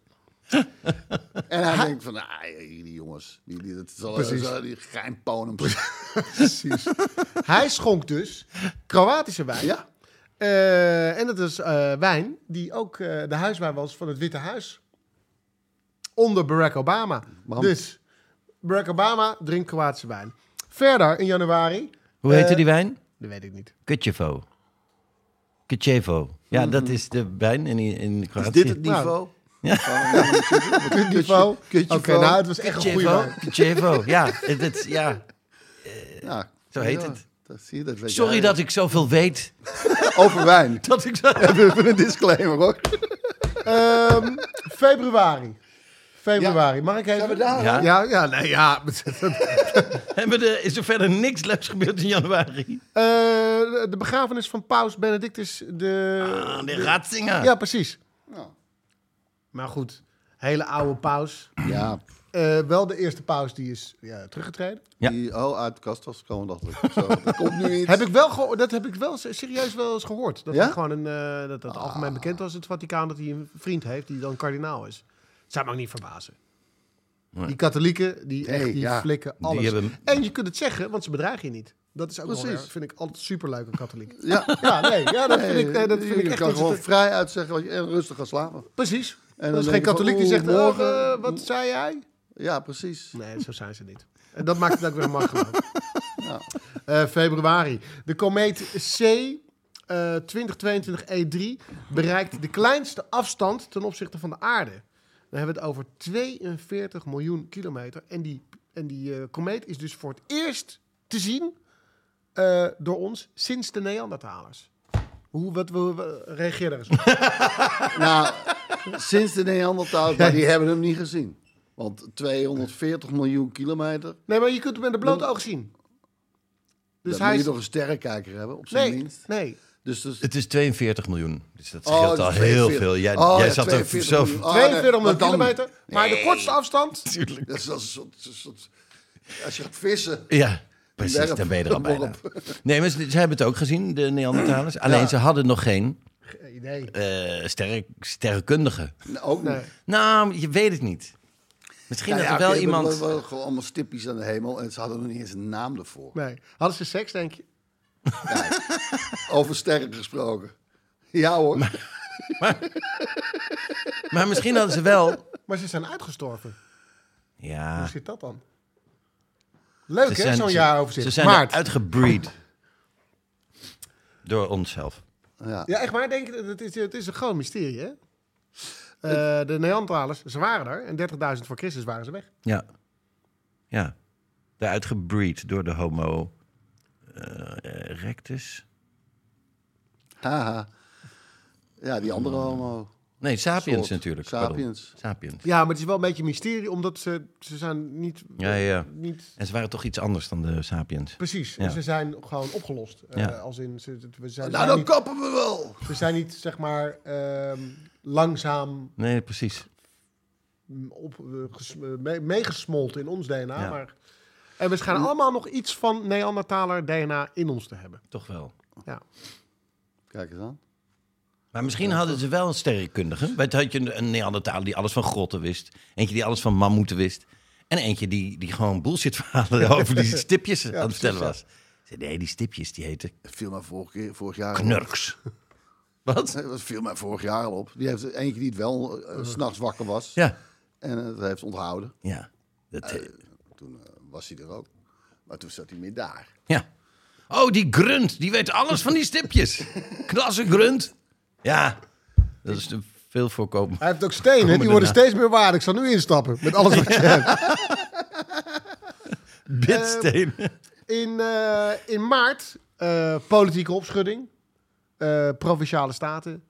Speaker 3: en hij denkt van, ah, die jongens, die, die, dat zal,
Speaker 5: Precies.
Speaker 3: zal die geinponems.
Speaker 5: Precies. hij schonk dus Kroatische wijn.
Speaker 3: ja.
Speaker 5: Eh, en dat is eh, wijn die ook eh, de huiswijn was van het Witte Huis. Onder Barack Obama.
Speaker 3: Man.
Speaker 5: Dus Barack Obama drinkt Kroatische wijn. Verder in januari,
Speaker 4: Hoe heette die wijn?
Speaker 5: dat weet ik niet.
Speaker 4: Kutjevo. Kutjevo. Ja, dat is de wijn in, in Kroatië. Nou,
Speaker 3: Is dit het niveau?
Speaker 5: Dit niveau. Oké,
Speaker 3: kutje van.
Speaker 5: nou het was echt een goede
Speaker 4: Kutjevo.
Speaker 5: wijn.
Speaker 4: Kutjevo. Ja, het, het- ja,
Speaker 3: Ja.
Speaker 4: zo heet
Speaker 3: Ja,
Speaker 4: het.
Speaker 3: Dat zie je, dat weet
Speaker 4: Sorry
Speaker 3: jij.
Speaker 4: dat ik zoveel weet.
Speaker 3: Over wijn.
Speaker 4: Dat ik zo...
Speaker 3: Even een disclaimer hoor.
Speaker 5: Ehm, februari. Februari. Mag ik even?
Speaker 3: Zijn we daar?
Speaker 4: Ja.
Speaker 5: Ja, ja, nee, ja. Eh,
Speaker 4: Hebben er, is er verder niks leuks gebeurd in januari?
Speaker 5: Eh, de begrafenis van Paus Benedictus de...
Speaker 4: Ah, de Ratzinger.
Speaker 5: Ja, precies.
Speaker 3: Ja.
Speaker 5: Maar goed, hele oude paus.
Speaker 3: Ja.
Speaker 5: Eh, wel de eerste paus die is ja, teruggetreden.
Speaker 4: Ja.
Speaker 3: Die al uit de kast was gekomen, dacht ik. Zo, er komt nu iets.
Speaker 5: Heb ik wel geho- dat heb ik wel se- serieus wel eens gehoord. Dat
Speaker 3: Ja? Ah.
Speaker 5: hij gewoon een, eh, dat het algemeen bekend was in het Vaticaan dat hij een vriend heeft die dan kardinaal is. Het zou me ook niet verbazen. Die katholieken, die, echt,
Speaker 3: Nee,
Speaker 5: die
Speaker 3: ja.
Speaker 5: flikken alles.
Speaker 4: hebben-
Speaker 5: En je kunt het zeggen, want ze bedreigen je niet. Dat is ook wel,
Speaker 3: Precies.
Speaker 5: weer- vind ik altijd superleuk een katholiek.
Speaker 3: Ja.
Speaker 5: Ja, nee, ja, dat vind ik, nee, dat
Speaker 3: Je
Speaker 5: vind ik echt...
Speaker 3: kan
Speaker 5: dat ze
Speaker 3: gewoon
Speaker 5: te-
Speaker 3: vrij uitzeggen wat je, en rustig gaan slapen.
Speaker 5: Precies.
Speaker 3: dan
Speaker 5: dat is geen
Speaker 3: denk je van,
Speaker 5: katholiek die
Speaker 3: oeh,
Speaker 5: zegt, eh,
Speaker 3: morgen-
Speaker 5: eh, wat zei jij?
Speaker 3: Ja, precies.
Speaker 5: Nee, zo zijn ze niet. En dat maakt het ook weer makkelijk. Eh, februari. De komeet C eh, 2022 E3 bereikt de kleinste afstand ten opzichte van de aarde. Dan hebben we het over 42 miljoen kilometer. En die, en die eh, komeet is dus voor het eerst te zien eh, door ons sinds de Neandertalers. Hoe, wat, hoe- wat- reageer daar eens op.
Speaker 3: Nou, sinds de Neandertalers, maar die hebben hem niet gezien. Want 240 miljoen kilometer,
Speaker 4: Dus
Speaker 5: Nee, maar je kunt hem met een bloot oog zien. Dus
Speaker 3: dus
Speaker 5: hij
Speaker 3: moet je
Speaker 5: is...
Speaker 3: toch een sterrenkijker hebben, op zijn
Speaker 5: Nee,
Speaker 3: minst.
Speaker 5: nee.
Speaker 3: Dus, dus
Speaker 4: Het is 42 miljoen. Dus dat
Speaker 3: Oh,
Speaker 4: scheelt
Speaker 3: dat
Speaker 4: al
Speaker 3: is
Speaker 4: heel
Speaker 3: 42.
Speaker 4: veel. Jij,
Speaker 3: Oh,
Speaker 4: jij
Speaker 3: ja,
Speaker 4: zat er
Speaker 3: 42
Speaker 4: zo...
Speaker 3: miljoen. Oh, nee,
Speaker 5: 42 miljoen
Speaker 3: maar dan-
Speaker 5: kilometer. Maar de kortste afstand...
Speaker 3: dat is als een soort, een soort- als je gaat vissen.
Speaker 4: Ja, precies.
Speaker 3: Werp
Speaker 4: Dan ben je er al
Speaker 3: hem
Speaker 4: bijna.
Speaker 3: op.
Speaker 4: Nee, maar ze, ze hebben het ook gezien, de Neandertalers. Alleen ze hadden nog geen
Speaker 5: Nee.
Speaker 4: eh sterre, sterrenkundige.
Speaker 3: Nee, ook niet.
Speaker 4: Nou, je weet het niet. Misschien
Speaker 3: Nou ja,
Speaker 4: dat er wel
Speaker 3: oké, we
Speaker 4: iemand...
Speaker 3: hebben wel gewoon allemaal stippies aan de hemel en ze hadden nog niet eens een naam ervoor.
Speaker 5: nee. Hadden ze seks, denk je?
Speaker 3: Over sterren gesproken. Ja hoor.
Speaker 4: Maar misschien hadden ze wel...
Speaker 5: Maar ze zijn uitgestorven. Hoe
Speaker 4: Ja,
Speaker 5: zit dat dan? Leuk,
Speaker 4: ze
Speaker 5: hè,
Speaker 4: zijn,
Speaker 5: zo'n
Speaker 4: ze-
Speaker 5: jaaroverzicht.
Speaker 4: Ze zijn
Speaker 5: Maart.
Speaker 4: uitgebreed. Door onszelf.
Speaker 3: Ja.
Speaker 5: Ja, echt waar, denk je? Het is, het is een groot mysterie, hè? Eh, de Neandertalers, ze waren er. En 30.000 voor Christus waren ze weg.
Speaker 4: Ja. Ja. De uitgebreed door de homo eh, erectus.
Speaker 3: Haha. Ja, die
Speaker 4: Hmm.
Speaker 3: andere homo.
Speaker 4: Nee, sapiens
Speaker 3: Soort.
Speaker 4: natuurlijk.
Speaker 3: Sapiens.
Speaker 4: Pardon. Sapiens.
Speaker 5: Ja, maar het is wel een beetje een mysterie, omdat ze, ze zijn niet...
Speaker 4: Ja, ja, ja.
Speaker 5: niet
Speaker 4: En ze waren toch iets anders dan de sapiens.
Speaker 5: precies.
Speaker 4: Ja.
Speaker 5: Ze zijn gewoon opgelost. Eh,
Speaker 4: Ja.
Speaker 5: als in, ze, we zijn,
Speaker 3: Nou,
Speaker 5: zijn
Speaker 3: dan
Speaker 5: niet,
Speaker 3: kappen we wel.
Speaker 5: we zijn niet, zeg maar, ehm, langzaam
Speaker 4: Nee, precies.
Speaker 5: op, eh, ges- eh, me- meegesmolten in ons DNA.
Speaker 4: Ja.
Speaker 5: Maar, en we schijnen allemaal nog iets van Neandertaler DNA in ons te hebben.
Speaker 4: Toch wel.
Speaker 5: Ja.
Speaker 3: Kijk eens aan.
Speaker 4: Maar misschien hadden ze wel een sterrenkundige. Want had je een- een Neandertaler die alles van grotten wist. Eentje die alles van mammoeten wist. En eentje die, die gewoon bullshit verhalen over die stipjes aan het vertellen was. Ze- Nee, die stipjes die heten
Speaker 3: Dat viel mij vorig, keer- vorig jaar al op.
Speaker 4: knurks. Oh. Wat?
Speaker 3: Dat viel mij vorig jaar al op. Die heeft eentje die het wel eh, s s'nachts wakker was.
Speaker 4: Ja.
Speaker 3: En eh, het heeft onthouden.
Speaker 4: Ja. Dat, eh,
Speaker 3: Toen eh, was hij er ook. Maar toen zat hij meer daar.
Speaker 4: ja. Oh, die grunt. Die weet alles van die stipjes. Klasse grunt. Ja. Dat is te veel voorkomen.
Speaker 5: Hij heeft ook stenen, die worden steeds meer waard. Ik zal nu instappen met alles wat je hebt.
Speaker 4: Bitsteen.
Speaker 5: In, eh, in maart, eh, politieke opschudding. Eh, Provinciale Staten.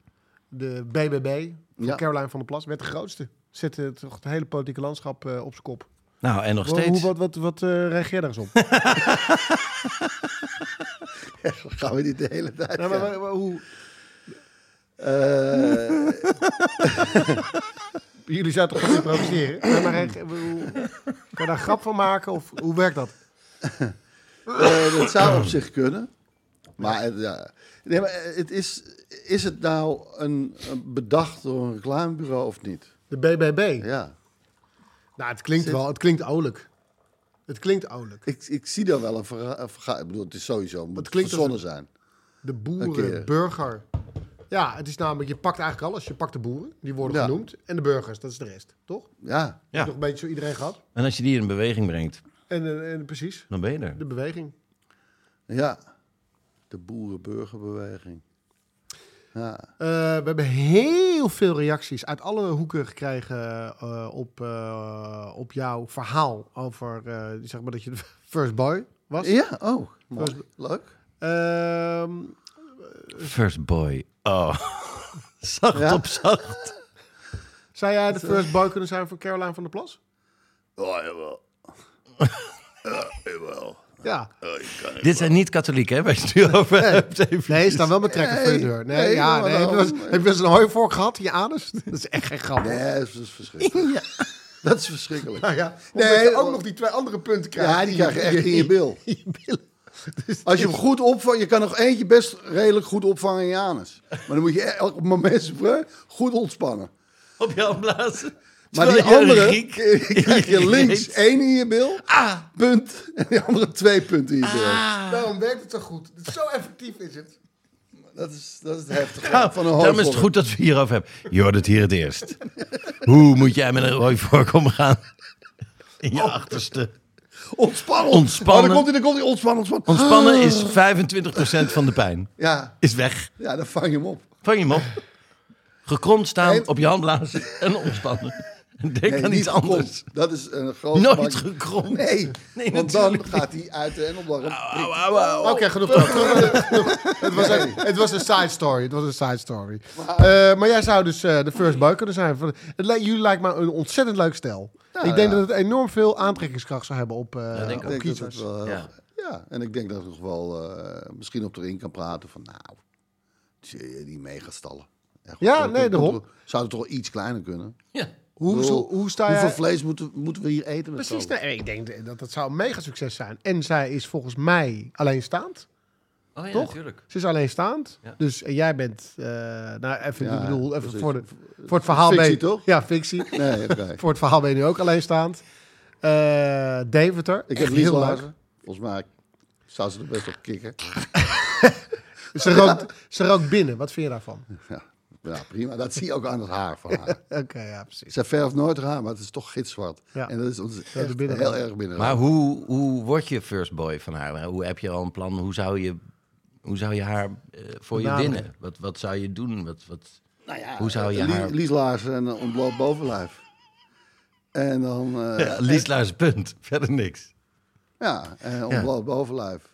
Speaker 5: De BBB van
Speaker 3: Ja.
Speaker 5: Caroline van der Plas werd de grootste. Zette toch het hele politieke landschap eh, op zijn kop.
Speaker 4: nou, en nog
Speaker 5: Hoe, hoe-
Speaker 4: steeds.
Speaker 5: wat wat, wat eh, reageer daar eens op?
Speaker 3: Gaan we dit de hele tijd.
Speaker 5: Nou, maar, maar- maar hoe,
Speaker 3: Eh,
Speaker 5: jullie zijn toch gaan improviseren? Nee, maar reage- hoe- kan je daar een grap van maken? Of hoe werkt dat?
Speaker 3: Eh, dat zou op zich kunnen. Maar, het, ja. nee, maar eh, het is, is het nou een, een bedacht door een reclamebureau of niet?
Speaker 5: De BBB?
Speaker 3: Ja.
Speaker 5: Nou, het klinkt wel. Het klinkt olijk. Het klinkt olijk.
Speaker 3: Ik, ik zie daar wel een verga... verga- Ik bedoel, het is sowieso, het moet
Speaker 5: klinkt als
Speaker 3: verzonnen zijn.
Speaker 5: De
Speaker 3: Een
Speaker 5: boeren,
Speaker 3: keer.
Speaker 5: burger. Ja, het is namelijk, je pakt eigenlijk alles. Je pakt de boeren, die worden
Speaker 3: Ja.
Speaker 5: genoemd. En de burgers, dat is de rest, toch?
Speaker 3: Ja.
Speaker 4: Ja.
Speaker 5: Toch een beetje zo iedereen gehad.
Speaker 4: En als je die in beweging brengt,
Speaker 5: En, eh, en precies,
Speaker 4: dan ben je er.
Speaker 5: de beweging.
Speaker 3: Ja. De boerenburgerbeweging. Ja.
Speaker 5: Eh, we hebben heel veel reacties uit alle hoeken gekregen eh, op, eh, op jouw verhaal over, eh, zeg maar dat je de first boy was.
Speaker 3: Ja, oh. Mooi. Leuk.
Speaker 5: Ehm,
Speaker 4: First boy. Oh. zacht
Speaker 3: Ja.
Speaker 4: op zacht.
Speaker 5: zou jij de
Speaker 3: eh,
Speaker 5: first boy kunnen zijn van Caroline van der Plas?
Speaker 3: Oh, jawel. ja, jawel.
Speaker 5: Ja.
Speaker 4: Dit zijn niet katholieken, hè, waar je het nu over hebt. Even.
Speaker 5: Nee, staan wel met trekken voor je
Speaker 3: Nee,
Speaker 5: deur. Nee,
Speaker 3: nee,
Speaker 5: ja,
Speaker 3: maar
Speaker 5: nee, heb, je wel eens,
Speaker 3: daarom-
Speaker 5: heb je wel eens een hooivork gehad in je anus? Dat is echt geen grap.
Speaker 3: Nee, dat is dus verschrikkelijk. Dat is verschrikkelijk.
Speaker 5: Nou ja,
Speaker 3: Nee,
Speaker 5: omdat je
Speaker 3: oh.
Speaker 5: ook nog die twee andere punten krijgt.
Speaker 3: Ja, die krijg je echt in je bil.
Speaker 5: billen. Dus
Speaker 3: Als je hem goed opvangt, je kan nog eentje best redelijk goed opvangen in je anus. Maar dan moet je elk moment spreu- goed ontspannen.
Speaker 4: Op jou blazen.
Speaker 3: Maar
Speaker 4: Terwijl
Speaker 3: die
Speaker 4: je een
Speaker 3: andere
Speaker 4: Griek in
Speaker 3: krijg je links
Speaker 4: reet-
Speaker 3: één in je bil, punt, en die andere twee punten in je bil.
Speaker 5: daarom werkt het zo goed. Zo effectief is het.
Speaker 3: Dat is, dat is het heftige
Speaker 4: Nou,
Speaker 3: van een
Speaker 4: Daarom is het
Speaker 3: hoofdvorm.
Speaker 4: goed dat we hierover hebben. Je hoort het hier het eerst. Hoe moet jij met een rooi vork omgaan? In
Speaker 3: Oh.
Speaker 4: je achterste.
Speaker 3: Ontspannen.
Speaker 4: Ontspannen.
Speaker 3: Oh, dan komt hij, dan komt hij. Ontspannen, ontspannen.
Speaker 4: Ontspannen is 25% van de pijn.
Speaker 3: Ja,
Speaker 4: Is weg.
Speaker 3: ja, dan vang je hem op.
Speaker 4: Vang je hem op. Gekromd staan,
Speaker 3: En-
Speaker 4: op je hand blazen en ontspannen. Denk
Speaker 3: Nee,
Speaker 4: aan
Speaker 3: niet
Speaker 4: iets anders.
Speaker 3: gekromd. Dat is een groot...
Speaker 4: Nooit
Speaker 3: gemak-
Speaker 4: gekromd.
Speaker 3: Nee,
Speaker 4: Nee, natuurlijk
Speaker 3: want
Speaker 4: Nou,
Speaker 3: dan gaat hij uit de endelblad.
Speaker 4: Au, au, au.
Speaker 5: Oké, genoeg. genoeg, genoeg, genoeg. Het, was een, het was een side story. Het was een side story. Eh, maar jij zou dus eh, de first boy kunnen zijn. Van- Het lijkt, jullie lijkt me een ontzettend leuk stel. ik denk
Speaker 3: ja.
Speaker 5: dat het enorm veel aantrekkingskracht zou hebben op, eh
Speaker 4: denk ik
Speaker 5: op
Speaker 3: Ik denk dat
Speaker 5: kiezers.
Speaker 3: het wel heel-
Speaker 4: Ja.
Speaker 3: ja. en ik denk dat ik nog wel eh, misschien op erin kan praten van nou, die, die megastallen. Echt,
Speaker 5: Ja,
Speaker 3: dan-
Speaker 5: nee,
Speaker 3: dan- dan-
Speaker 5: daarom.
Speaker 3: Zou het toch wel iets kleiner kunnen?
Speaker 4: Ja.
Speaker 5: Hoe,
Speaker 3: Bedoel,
Speaker 5: hoe, hoe sta
Speaker 3: hoeveel
Speaker 5: jij...
Speaker 3: vlees moeten, moeten we hier eten met
Speaker 5: Precies,
Speaker 3: z'n allen?
Speaker 5: nee, ik denk dat dat zou een mega succes zijn. En zij is volgens mij alleenstaand.
Speaker 4: Oh ja,
Speaker 5: Toch?
Speaker 4: natuurlijk.
Speaker 5: Ze is alleenstaand.
Speaker 4: Ja.
Speaker 5: Dus en jij bent, eh, nou even,
Speaker 3: Ja,
Speaker 5: ik bedoel, even
Speaker 3: precies.
Speaker 5: voor, de, voor het verhaal.
Speaker 3: Fictie,
Speaker 5: ben je-
Speaker 3: toch?
Speaker 5: Ja, fictie.
Speaker 4: nou,
Speaker 3: Nee, oké.
Speaker 5: Voor het verhaal ben je nu ook alleenstaand. Eh Deventer.
Speaker 3: Ik
Speaker 5: echt
Speaker 3: heb Lies
Speaker 5: heel
Speaker 3: Laarzen. Volgens mij zou ze er best op kicken.
Speaker 5: leuk. Ze rookt, ze rookt binnen. Wat vind je daarvan?
Speaker 3: Ja, ja, prima. Dat zie je ook aan het haar van haar.
Speaker 5: Oké, ja, precies.
Speaker 3: Ze verft nooit haar haar, maar het is toch gitzwart.
Speaker 5: Ja.
Speaker 3: En dat is, ons
Speaker 5: de
Speaker 3: echt
Speaker 5: binnenrand.
Speaker 3: heel erg binnen.
Speaker 4: Maar hoe, hoe word je first boy van haar? Hoe heb je al een plan? Hoe zou je, hoe zou je haar eh, voor je
Speaker 5: Benaderen.
Speaker 4: winnen? Wat, wat zou je doen? Wat, wat,
Speaker 3: Nou
Speaker 4: hoe zou je
Speaker 3: Lie-
Speaker 4: haar...
Speaker 3: eh, Lies Laarzen en een ontbloot bovenlijf. En dan... eh,
Speaker 4: Ja, Lies Luijs, punt. Verder niks.
Speaker 3: Ja, en ontbloot bovenlijf.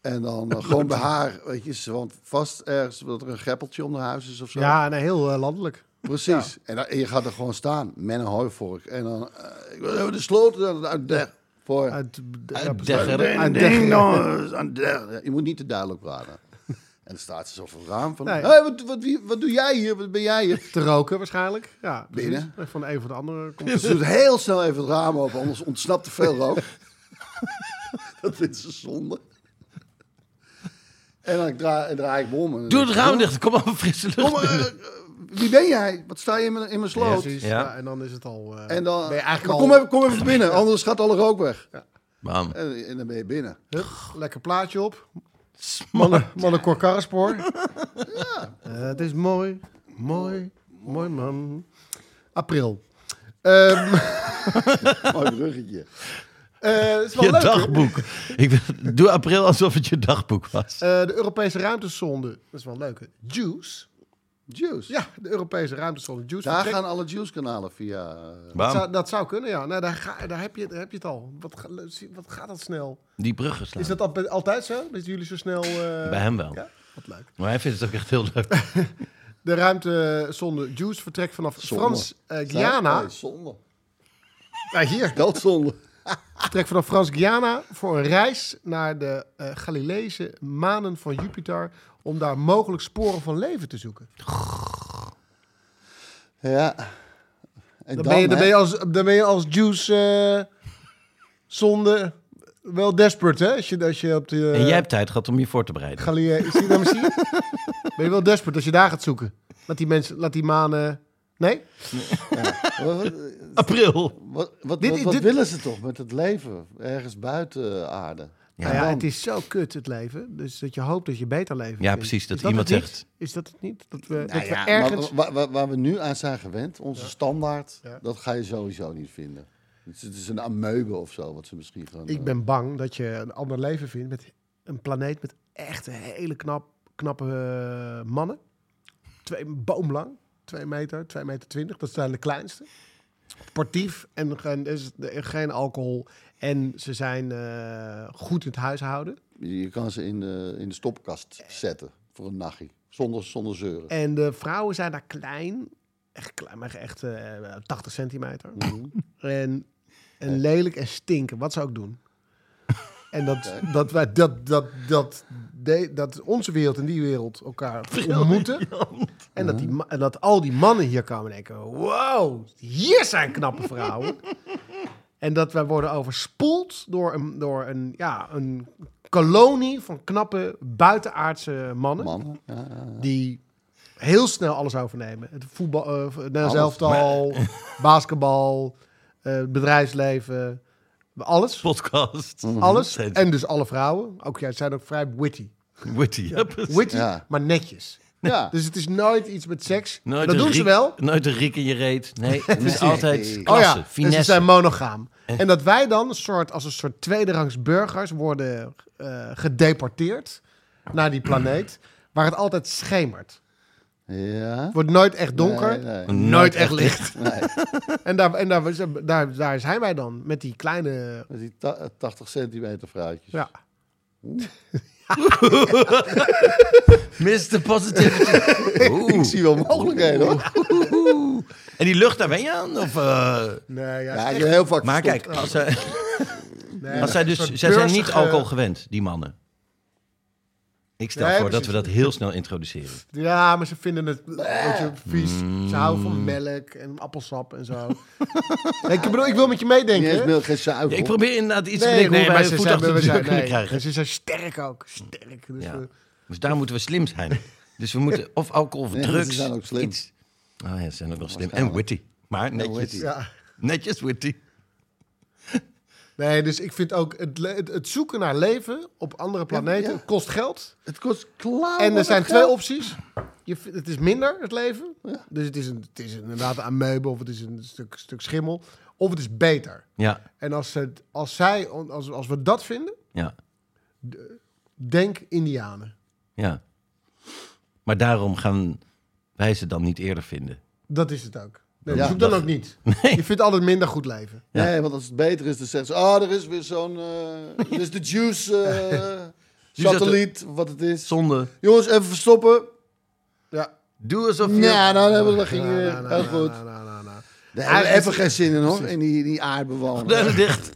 Speaker 3: En dan eh, gewoon bij haar, weet je, ze woont vast ergens dat er een greppeltje onder huis is of zo.
Speaker 5: Ja, nee, heel eh, landelijk.
Speaker 3: Precies. En, dan- en je gaat er gewoon staan met een hooivork. En dan, eh, ik wil even de sloot uit- uit der. Voor.
Speaker 5: Uit, eh, ja,
Speaker 4: Uit Deggeren.
Speaker 3: Ding,
Speaker 5: der-
Speaker 3: ding, jongens, nou, eh, aan der. Ja, Je moet niet te duidelijk praten. En dan staat ze zo voor het raam van,
Speaker 5: Nee.
Speaker 3: hey, wat, wat, wie- wat doe jij hier? Wat ben jij hier?
Speaker 5: te roken waarschijnlijk. Ja, precies.
Speaker 3: Binnen.
Speaker 5: Van de een of de andere. Komt
Speaker 3: Ze doet heel snel even het raam open, anders ontsnapt er veel rook. dat vindt ze zonde. En dan draai, en draai ik me om. en dan
Speaker 4: Doe
Speaker 3: denk
Speaker 4: het
Speaker 3: ik,
Speaker 4: raam dicht, kom op, frisse lucht.
Speaker 3: Kom, eh, eh, wie ben jij? Wat sta je in mijn, in mijn sloot?
Speaker 5: Precies,
Speaker 4: Ja.
Speaker 5: ja, En dan is het al... eh,
Speaker 3: en dan,
Speaker 5: ben je
Speaker 3: maar
Speaker 5: eigenlijk
Speaker 3: kom,
Speaker 5: al...
Speaker 3: even, kom even binnen, anders gaat alle rook weg.
Speaker 5: Eh,
Speaker 4: Bam.
Speaker 3: En, en dan ben je binnen.
Speaker 5: Hup, lekker plaatje op. Mannen, mannenkoor karrenspoor. Eh, het is mooi, mooi, mooi man. April. Ehm,
Speaker 3: Mooi bruggetje.
Speaker 5: eh, het is wel
Speaker 4: Je
Speaker 5: leuk, hè?
Speaker 4: dagboek. Ik wil- doe april alsof het je dagboek was.
Speaker 5: Eh, de Europese ruimtesonde, dat is wel leuk. hè? Juice.
Speaker 3: Juice.
Speaker 5: Ja, de Europese ruimtesonde. Juice.
Speaker 3: Daar
Speaker 5: vertrekt-
Speaker 3: gaan alle Juice-kanalen via... eh,
Speaker 5: dat,
Speaker 4: Bam.
Speaker 5: zou, dat zou kunnen, ja. Nou, daar, ga, daar, heb je, daar heb je het al. Wat, ga- zie- wat gaat dat snel?
Speaker 4: Die bruggen slaan.
Speaker 5: Is dat al- altijd zo? Dat jullie zo snel... eh,
Speaker 4: Bij hem wel.
Speaker 5: Ja, wat leuk. Eh,
Speaker 4: Maar hij vindt het ook echt heel leuk.
Speaker 5: De ruimtesonde Juice vertrekt vanaf
Speaker 3: Zonde.
Speaker 5: Frans eh, Guyana.
Speaker 3: Nee, Oh, zonde.
Speaker 5: Nou, hier.
Speaker 3: Geldzonde.
Speaker 5: Vertrekt vanaf Frans Guyana voor een reis naar de eh Galileese manen van Jupiter. Om daar mogelijk sporen van leven te zoeken.
Speaker 3: Ja. En
Speaker 5: Dan, ben, je, dan,
Speaker 3: hè?
Speaker 5: ben, je als, dan ben je als Juice eh, zonde wel desperate, hè? Als je, als je op de. eh,
Speaker 4: En jij hebt tijd gehad om je voor te bereiden.
Speaker 5: Galilea, zie je dat nou misschien? ben je wel desperate als je daar gaat zoeken? Laat die mensen, laat die manen. Nee?
Speaker 3: Wat,
Speaker 4: April.
Speaker 3: wat, wat,
Speaker 5: Dit-
Speaker 3: wat, wat
Speaker 5: dit-
Speaker 3: willen ze toch met het leven? Ergens buiten aarde.
Speaker 5: Nou Ja, ja, het is zo kut het leven. Dus dat je hoopt dat je beter leven.
Speaker 4: Ja,
Speaker 5: vindt.
Speaker 4: precies,
Speaker 5: Is
Speaker 4: dat iemand
Speaker 5: het niet?
Speaker 4: zegt-
Speaker 5: Is dat het niet? Dat we, dat
Speaker 3: Nou
Speaker 5: we
Speaker 3: ja,
Speaker 5: ergens.
Speaker 3: maar waar, waar- waar we nu aan zijn gewend, onze standaard,
Speaker 5: Ja.
Speaker 3: dat ga je sowieso niet vinden. Het is, het is een amoebe of zo, wat ze misschien gaan... eh,
Speaker 5: Ik ben bang dat je een ander leven vindt met een planeet met echt hele knap, knappe eh, mannen. Twee boomlang, twee meter, twee meter twintig. Dat zijn de kleinste. Sportief en geen, is het- eh, geen alcohol. En ze zijn eh, goed in het huishouden.
Speaker 3: Je je kan ze in de, in de
Speaker 5: Eh.
Speaker 3: stopkast zetten voor een nachtje. Zonder, zonder zeuren.
Speaker 5: En de vrouwen zijn daar klein. Echt klein, maar echt eh 80 centimeter. En, en lelijk en stinken, wat ze ook doen. En dat, dat, wij, dat, dat, dat, de- dat onze wereld en die wereld elkaar ontmoeten. En
Speaker 3: Mhm.
Speaker 5: dat, die, ma- en dat al die mannen hier komen en denken... Wow, hier zijn knappe vrouwen. en dat wij worden overspoeld door een, door een, ja, een kolonie van knappe buitenaardse mannen
Speaker 3: Mannen. Ja,
Speaker 5: die heel snel alles overnemen. Het voetbal, eh, v- Nederlands elftal, basketbal, eh, bedrijfsleven, alles.
Speaker 4: Podcast.
Speaker 5: Alles.
Speaker 4: Zijn-
Speaker 5: En dus alle vrouwen. Ook jij zijn ook vrij witty.
Speaker 4: Witty. Ja, precies.
Speaker 5: Witty,
Speaker 3: Ja.
Speaker 5: maar netjes.
Speaker 3: Ja.
Speaker 5: Dus het is nooit iets met seks.
Speaker 4: Nooit
Speaker 5: dat
Speaker 4: een
Speaker 5: doen ze
Speaker 4: riek-
Speaker 5: wel.
Speaker 4: Nooit een riek in je reet. Nee, het is altijd
Speaker 5: Oh
Speaker 4: klasse,
Speaker 5: ja, dus ze
Speaker 4: finesse. Eh.
Speaker 5: zijn monogaam. En dat wij dan een soort, als een soort tweederangs burgers worden eh, gedeporteerd naar die planeet, waar het altijd schemert.
Speaker 3: ja.
Speaker 5: Het wordt nooit echt donker,
Speaker 3: nee.
Speaker 5: nooit echt licht.
Speaker 3: Nee.
Speaker 5: En, daar, en daar, daar, daar zijn wij dan, met die kleine...
Speaker 3: Met die ta- 80 centimeter fruitjes.
Speaker 5: Ja.
Speaker 4: Mr. Positivity.
Speaker 3: Ik zie wel mogelijkheden hoor.
Speaker 4: En die lucht, daar ben je aan? Of, eh,
Speaker 5: Nee, ja,
Speaker 3: Ja, ik ben heel vaak
Speaker 4: Maar
Speaker 3: verstopt.
Speaker 4: kijk, als zij,
Speaker 5: nee,
Speaker 4: als zij, dus,
Speaker 5: een soort
Speaker 4: zij zijn niet
Speaker 5: beursige-
Speaker 4: alcohol gewend, die mannen. Ik stel
Speaker 5: Nee,
Speaker 4: voor dat we
Speaker 5: precies.
Speaker 4: dat heel snel introduceren.
Speaker 5: Ja, maar ze vinden het een beetje vies. Ze houden
Speaker 4: Mm.
Speaker 5: van melk en appelsap en zo. Nee, ik bedoel, ik wil met je
Speaker 3: Niet eens
Speaker 5: meedenken.
Speaker 3: meer, geen zuivel.
Speaker 4: Ja, ik probeer inderdaad iets te
Speaker 5: Oh. Nee,
Speaker 4: bedenken
Speaker 5: nee,
Speaker 4: hoe
Speaker 5: maar
Speaker 4: wij
Speaker 5: ze
Speaker 4: voet
Speaker 5: zijn,
Speaker 4: achter de
Speaker 5: we
Speaker 4: deur
Speaker 5: zijn,
Speaker 4: kunnen
Speaker 5: nee,
Speaker 4: krijgen.
Speaker 5: en ze zijn sterk ook. Sterk. Dus
Speaker 4: Ja.
Speaker 5: we-
Speaker 4: Dus daar moeten we slim zijn. Dus we moeten of alcohol of
Speaker 3: Nee,
Speaker 4: drugs.
Speaker 3: ze zijn ook slim.
Speaker 4: Iets. Ah ja, ze zijn ook nog slim. En witty. Maar netjes.
Speaker 3: witty.
Speaker 5: Oh, ja.
Speaker 4: Netjes witty.
Speaker 5: Nee, dus ik vind ook het, le- het, het zoeken naar leven op andere planeten
Speaker 3: ja.
Speaker 5: kost geld.
Speaker 3: Het kost klaar.
Speaker 4: Nou,
Speaker 5: En er zijn twee opties. Je, v- het is minder, het leven. Dus het is, een, het is inderdaad een meubel of het is een stuk, stuk schimmel. Of het is beter.
Speaker 4: Ja,
Speaker 5: En als, het, als, zij, als, als we dat vinden,
Speaker 4: ja,
Speaker 5: denk Indianen.
Speaker 4: ja. Maar daarom gaan wij ze dan niet eerder vinden.
Speaker 5: Dat is het ook. Nee,
Speaker 3: Ja,
Speaker 5: zoek dan ook niet. Je vindt altijd minder goed leven.
Speaker 3: Nee, want als het beter is, dan zeggen ze... Ah, er is weer zo'n... eh dit is de juice... eh, satelliet, wat het is.
Speaker 4: Zonde.
Speaker 3: Jongens, even verstoppen.
Speaker 5: Ja.
Speaker 4: Doe alsof je...
Speaker 3: Ja, nou, dan, dan ging je weer.
Speaker 5: Nou, nou,
Speaker 3: Heel
Speaker 5: nou,
Speaker 3: goed.
Speaker 5: nou, nou, nou, nou.
Speaker 3: Daar hebben we even geen zin in, hoor. In die, die aardbewoners.
Speaker 4: Deuren dicht.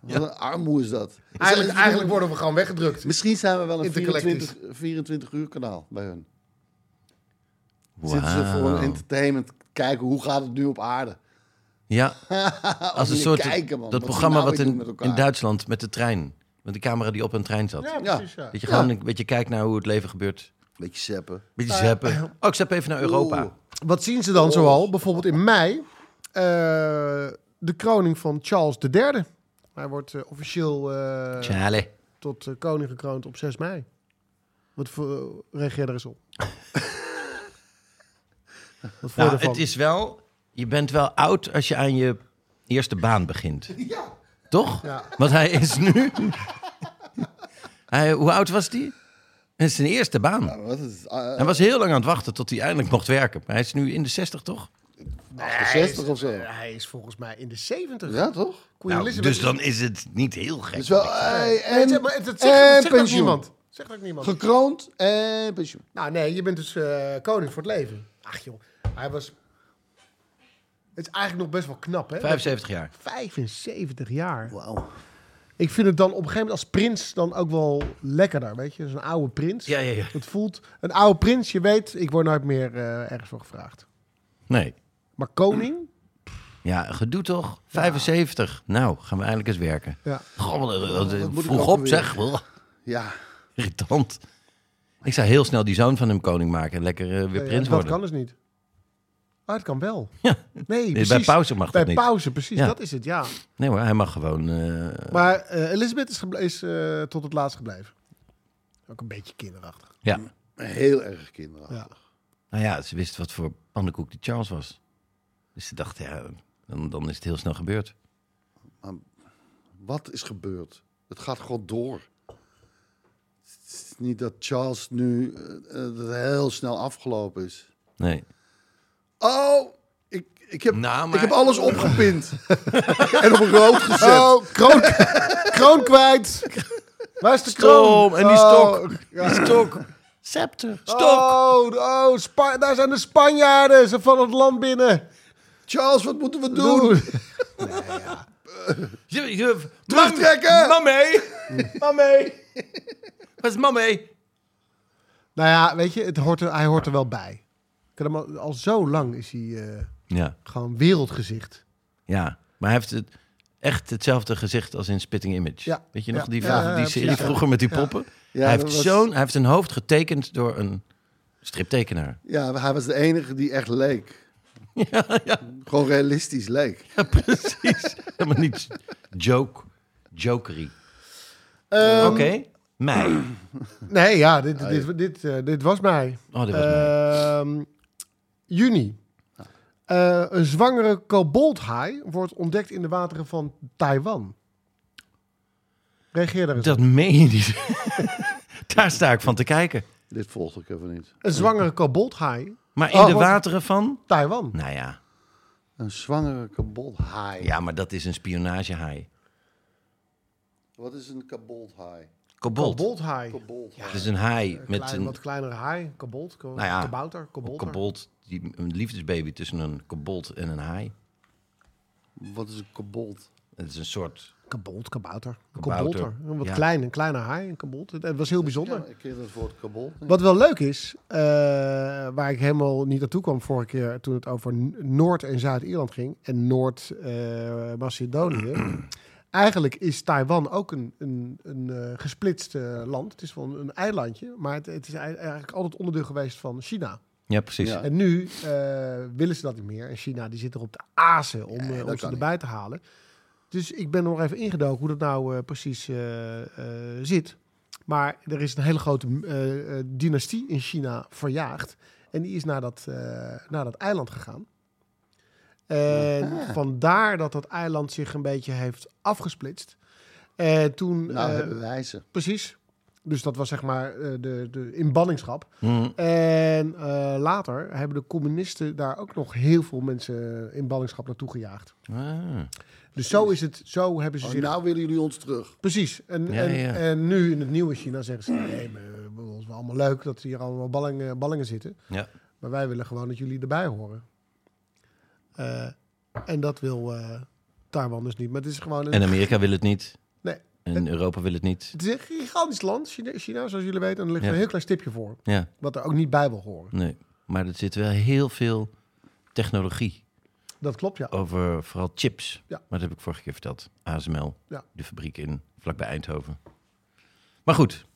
Speaker 3: Wat een armoe is dat.
Speaker 5: Eigenlijk, eigenlijk worden we gewoon weggedrukt.
Speaker 3: Misschien zijn we wel een
Speaker 5: Intergalactisch.
Speaker 3: 24, 24 uur kanaal bij hun. Zitten ze voor een
Speaker 4: Wauw.
Speaker 3: entertainment kijken hoe gaat het nu op aarde?
Speaker 4: Ja, als een
Speaker 3: niet
Speaker 4: soort...
Speaker 3: Oh, kijken, man. Wat
Speaker 4: dat
Speaker 3: ze
Speaker 4: programma
Speaker 3: nou
Speaker 4: wat
Speaker 3: weer doen met
Speaker 4: in,
Speaker 3: elkaar.
Speaker 4: in Duitsland met de trein... Met de camera die op een trein zat.
Speaker 3: Ja.
Speaker 5: precies. Ja.
Speaker 4: Dat je gewoon een beetje kijkt naar hoe het leven gebeurt.
Speaker 3: Beetje seppen.
Speaker 4: Beetje zeppen. Oh, ik zap even naar Europa.
Speaker 3: Oeh.
Speaker 5: Wat zien ze dan zoal? Bijvoorbeeld in mei eh, de kroning van Charles III. Hij wordt eh, officieel eh,
Speaker 4: Tjale.
Speaker 5: tot eh, koning gekroond op 6 mei. Wat voor eh, reageer er eens op? Wat vond je
Speaker 4: Nou,
Speaker 5: ervan?
Speaker 4: het is wel... Je bent wel oud als je aan je eerste baan begint. Toch?
Speaker 5: Ja.
Speaker 4: Want hij is nu... hij, hoe oud was die? Het is zijn eerste baan.
Speaker 3: Wat is het? Ah,
Speaker 4: Hij was heel lang aan het wachten tot hij eindelijk mocht werken. Maar hij is nu in de 60, toch?
Speaker 3: 68 of zo.
Speaker 5: Hij is volgens mij in de 70.
Speaker 3: Ja, toch?
Speaker 5: Queen
Speaker 4: Nou,
Speaker 5: Elizabeth
Speaker 4: dus dan is het niet heel gek.
Speaker 3: Dus wel, hey,
Speaker 5: Nee,
Speaker 3: en,
Speaker 5: zeg maar, dat zegt,
Speaker 3: en
Speaker 5: dat zegt ook
Speaker 3: pensioen.
Speaker 5: niemand. Zegt ook niemand.
Speaker 3: Gekroond en pensioen.
Speaker 5: Nou nee, je bent dus eh, koning voor het leven. Ach joh, hij was... Het is eigenlijk nog best wel knap, hè?
Speaker 4: 75 jaar.
Speaker 5: 75 jaar.
Speaker 3: Wauw.
Speaker 5: Ik vind het dan op een gegeven moment als prins dan ook wel lekkerder, weet je? Zo'n oude prins.
Speaker 4: Ja, ja, ja.
Speaker 5: Het voelt... Een oude prins, je weet, ik word nooit meer eh, ergens voor gevraagd.
Speaker 4: Nee.
Speaker 5: Maar koning?
Speaker 4: Ja, gedoe toch? 75. Nou, gaan we eindelijk eens werken.
Speaker 5: Ja.
Speaker 4: Goh, wat- wat-
Speaker 3: moet ik
Speaker 4: vroeg
Speaker 3: ook
Speaker 4: op,
Speaker 3: weer?
Speaker 4: zeg. Wel,
Speaker 3: Ja.
Speaker 4: Irritant. Ik zou heel snel die zoon van hem koning maken en lekker eh, weer
Speaker 5: Nee,
Speaker 4: prins
Speaker 5: dat
Speaker 4: worden.
Speaker 5: kan dus niet. Ah, het kan wel.
Speaker 4: Ja.
Speaker 5: Nee,
Speaker 4: bij
Speaker 5: precies.
Speaker 4: pauze mag
Speaker 5: Bij
Speaker 4: dat niet.
Speaker 5: pauze, precies.
Speaker 4: Ja.
Speaker 5: Dat is het, ja.
Speaker 4: Nee hoor, hij mag gewoon... eh,
Speaker 5: Maar eh Elizabeth is, geble- is eh, tot het laatst gebleven. Ook een beetje kinderachtig.
Speaker 4: ja.
Speaker 3: Heel erg kinderachtig.
Speaker 5: Ja.
Speaker 4: Nou ja, ze wist wat voor pannenkoek die Charles was. Dus ze dacht, ja, dan, dan is het heel snel gebeurd.
Speaker 3: Wat is gebeurd? Het gaat gewoon door. Het is niet dat Charles nu eh, eh, dat het heel snel afgelopen is.
Speaker 4: Nee.
Speaker 3: Oh, ik, ik, heb,
Speaker 4: Nou, maar-
Speaker 3: ik heb alles opgepind. en op rood gezet.
Speaker 5: Oh, kroon, kroon kwijt. Waar is de kroon?
Speaker 4: Stom, en die stok.
Speaker 5: Oh,
Speaker 4: Die stok. Scepter. Stok.
Speaker 5: Oh, oh Spa- daar zijn de Spanjaarden. Ze vallen het land binnen.
Speaker 3: Charles, wat moeten we doen?
Speaker 5: Doe.
Speaker 4: Je- je-
Speaker 3: Terugtrekken!
Speaker 4: Mam- Mammee! Mammee! Wat is mammee?
Speaker 5: Nou ja, weet je, het hoort er, hij hoort er wel bij. Ik heb hem al, al zo lang is hij eh,
Speaker 4: Ja.
Speaker 5: gewoon wereldgezicht.
Speaker 4: ja, maar hij heeft het, echt hetzelfde gezicht als in Spitting Image.
Speaker 5: Ja.
Speaker 4: Weet je nog,
Speaker 5: Ja.
Speaker 4: die,
Speaker 5: Ja,
Speaker 4: vraag-
Speaker 5: ja,
Speaker 4: die
Speaker 5: ja,
Speaker 4: serie
Speaker 5: precies.
Speaker 4: vroeger met die poppen?
Speaker 3: Ja,
Speaker 4: hij,
Speaker 3: dat
Speaker 4: heeft
Speaker 3: was-
Speaker 4: zo'n, hij heeft een hoofd getekend door een striptekenaar.
Speaker 3: Ja, hij was de enige die echt leek. Gewoon realistisch leek.
Speaker 4: Ja, precies. Helemaal niet joke, jokery. Oké,
Speaker 5: Ehm,
Speaker 4: mij.
Speaker 5: Nee, ja, dit, dit, dit, eh, dit was mij.
Speaker 4: Oh, dit Oh, was mij.
Speaker 5: Ehm, juni. Eh, een zwangere koboldhaai wordt ontdekt in de wateren van Taiwan. Reageer daar eens op.
Speaker 4: Dat meen je niet. Daar sta ik van te kijken.
Speaker 3: Dit volg ik even niet.
Speaker 5: Een zwangere koboldhaai,
Speaker 4: Maar in
Speaker 5: Oh,
Speaker 4: de
Speaker 5: wat-
Speaker 4: wateren van...
Speaker 5: Taiwan.
Speaker 4: Nou ja.
Speaker 3: Een zwangere kaboldhaai.
Speaker 4: ja, maar dat is een spionagehaai.
Speaker 3: Wat is een kaboldhaai?
Speaker 4: Kobold.
Speaker 5: Koboldhaai.
Speaker 3: Kaboldhaai.
Speaker 4: Het is een haai met
Speaker 5: Klein,
Speaker 4: een
Speaker 5: wat kleinere haai, kobold, ko-
Speaker 4: Nou ja,
Speaker 5: kabouter,
Speaker 4: Een
Speaker 5: kobolder.
Speaker 4: kobold, die, een liefdesbaby tussen een kobold en een haai.
Speaker 3: Wat is een kabold?
Speaker 4: Het is een soort...
Speaker 5: Kabold, kabouter,
Speaker 4: Kabouter,
Speaker 5: kobolder. Een wat
Speaker 4: ja.
Speaker 5: klein, een kleine haai, een kabold. Het was heel bijzonder.
Speaker 3: Ja, ik ken het woord kabold. niet.
Speaker 5: Wat wel leuk is, eh, waar ik helemaal niet naartoe kwam vorige keer toen het over N- Noord- en Zuid-Ierland ging en Noord-Macedonië. Eigenlijk is Taiwan ook een, een, een eh, gesplitst eh, land. Het is wel een, een eilandje, maar het, het is ei- eigenlijk altijd onderdeel geweest van China.
Speaker 4: Ja, precies.
Speaker 3: Ja.
Speaker 5: En nu eh, willen ze dat niet meer. En China die zit er op de azen om, eh,
Speaker 3: dat
Speaker 5: om ze
Speaker 3: kan
Speaker 5: erbij te halen. Dus ik ben er nog even ingedoken hoe dat nou eh, precies eh, eh, zit. Maar er is een hele grote eh, eh, dynastie in China verjaagd. En die is naar dat, eh, naar dat eiland gegaan. En
Speaker 3: Ah.
Speaker 5: vandaar dat dat eiland zich een beetje heeft afgesplitst. En toen,
Speaker 3: Nou,
Speaker 5: eh,
Speaker 3: hebben wij ze.
Speaker 5: Precies. Dus dat was zeg maar eh, de, de inbanningschap.
Speaker 4: Hmm.
Speaker 5: En eh, later hebben de communisten daar ook nog heel veel mensen in ballingschap naartoe gejaagd.
Speaker 4: Ah.
Speaker 5: Dus zo is het, zo hebben ze
Speaker 3: Oh,
Speaker 5: zich...
Speaker 3: nou willen jullie ons terug.
Speaker 5: Precies. En,
Speaker 4: Ja,
Speaker 5: en,
Speaker 4: ja.
Speaker 5: en nu in het nieuwe China zeggen ze... Nee, maar, eh, het is wel allemaal leuk dat hier allemaal ballingen, ballingen zitten.
Speaker 4: ja.
Speaker 5: Maar wij willen gewoon dat jullie erbij horen. Eh, en dat wil eh Taiwan dus niet. Maar het is gewoon een...
Speaker 4: En Amerika wil het niet.
Speaker 5: nee,
Speaker 4: En Europa wil het niet.
Speaker 5: het is een gigantisch land, China, China zoals jullie weten. En er ligt
Speaker 4: Ja.
Speaker 5: een heel klein stipje voor.
Speaker 4: Ja,
Speaker 5: Wat er ook niet bij wil horen.
Speaker 4: nee. Maar er zit wel heel veel technologie
Speaker 5: Dat klopt,
Speaker 4: Oh.
Speaker 5: ja.
Speaker 4: over vooral chips.
Speaker 5: Ja.
Speaker 4: Maar dat heb ik vorige keer verteld. ASML,
Speaker 5: Ja.
Speaker 4: de fabriek in vlakbij Eindhoven. Maar goed,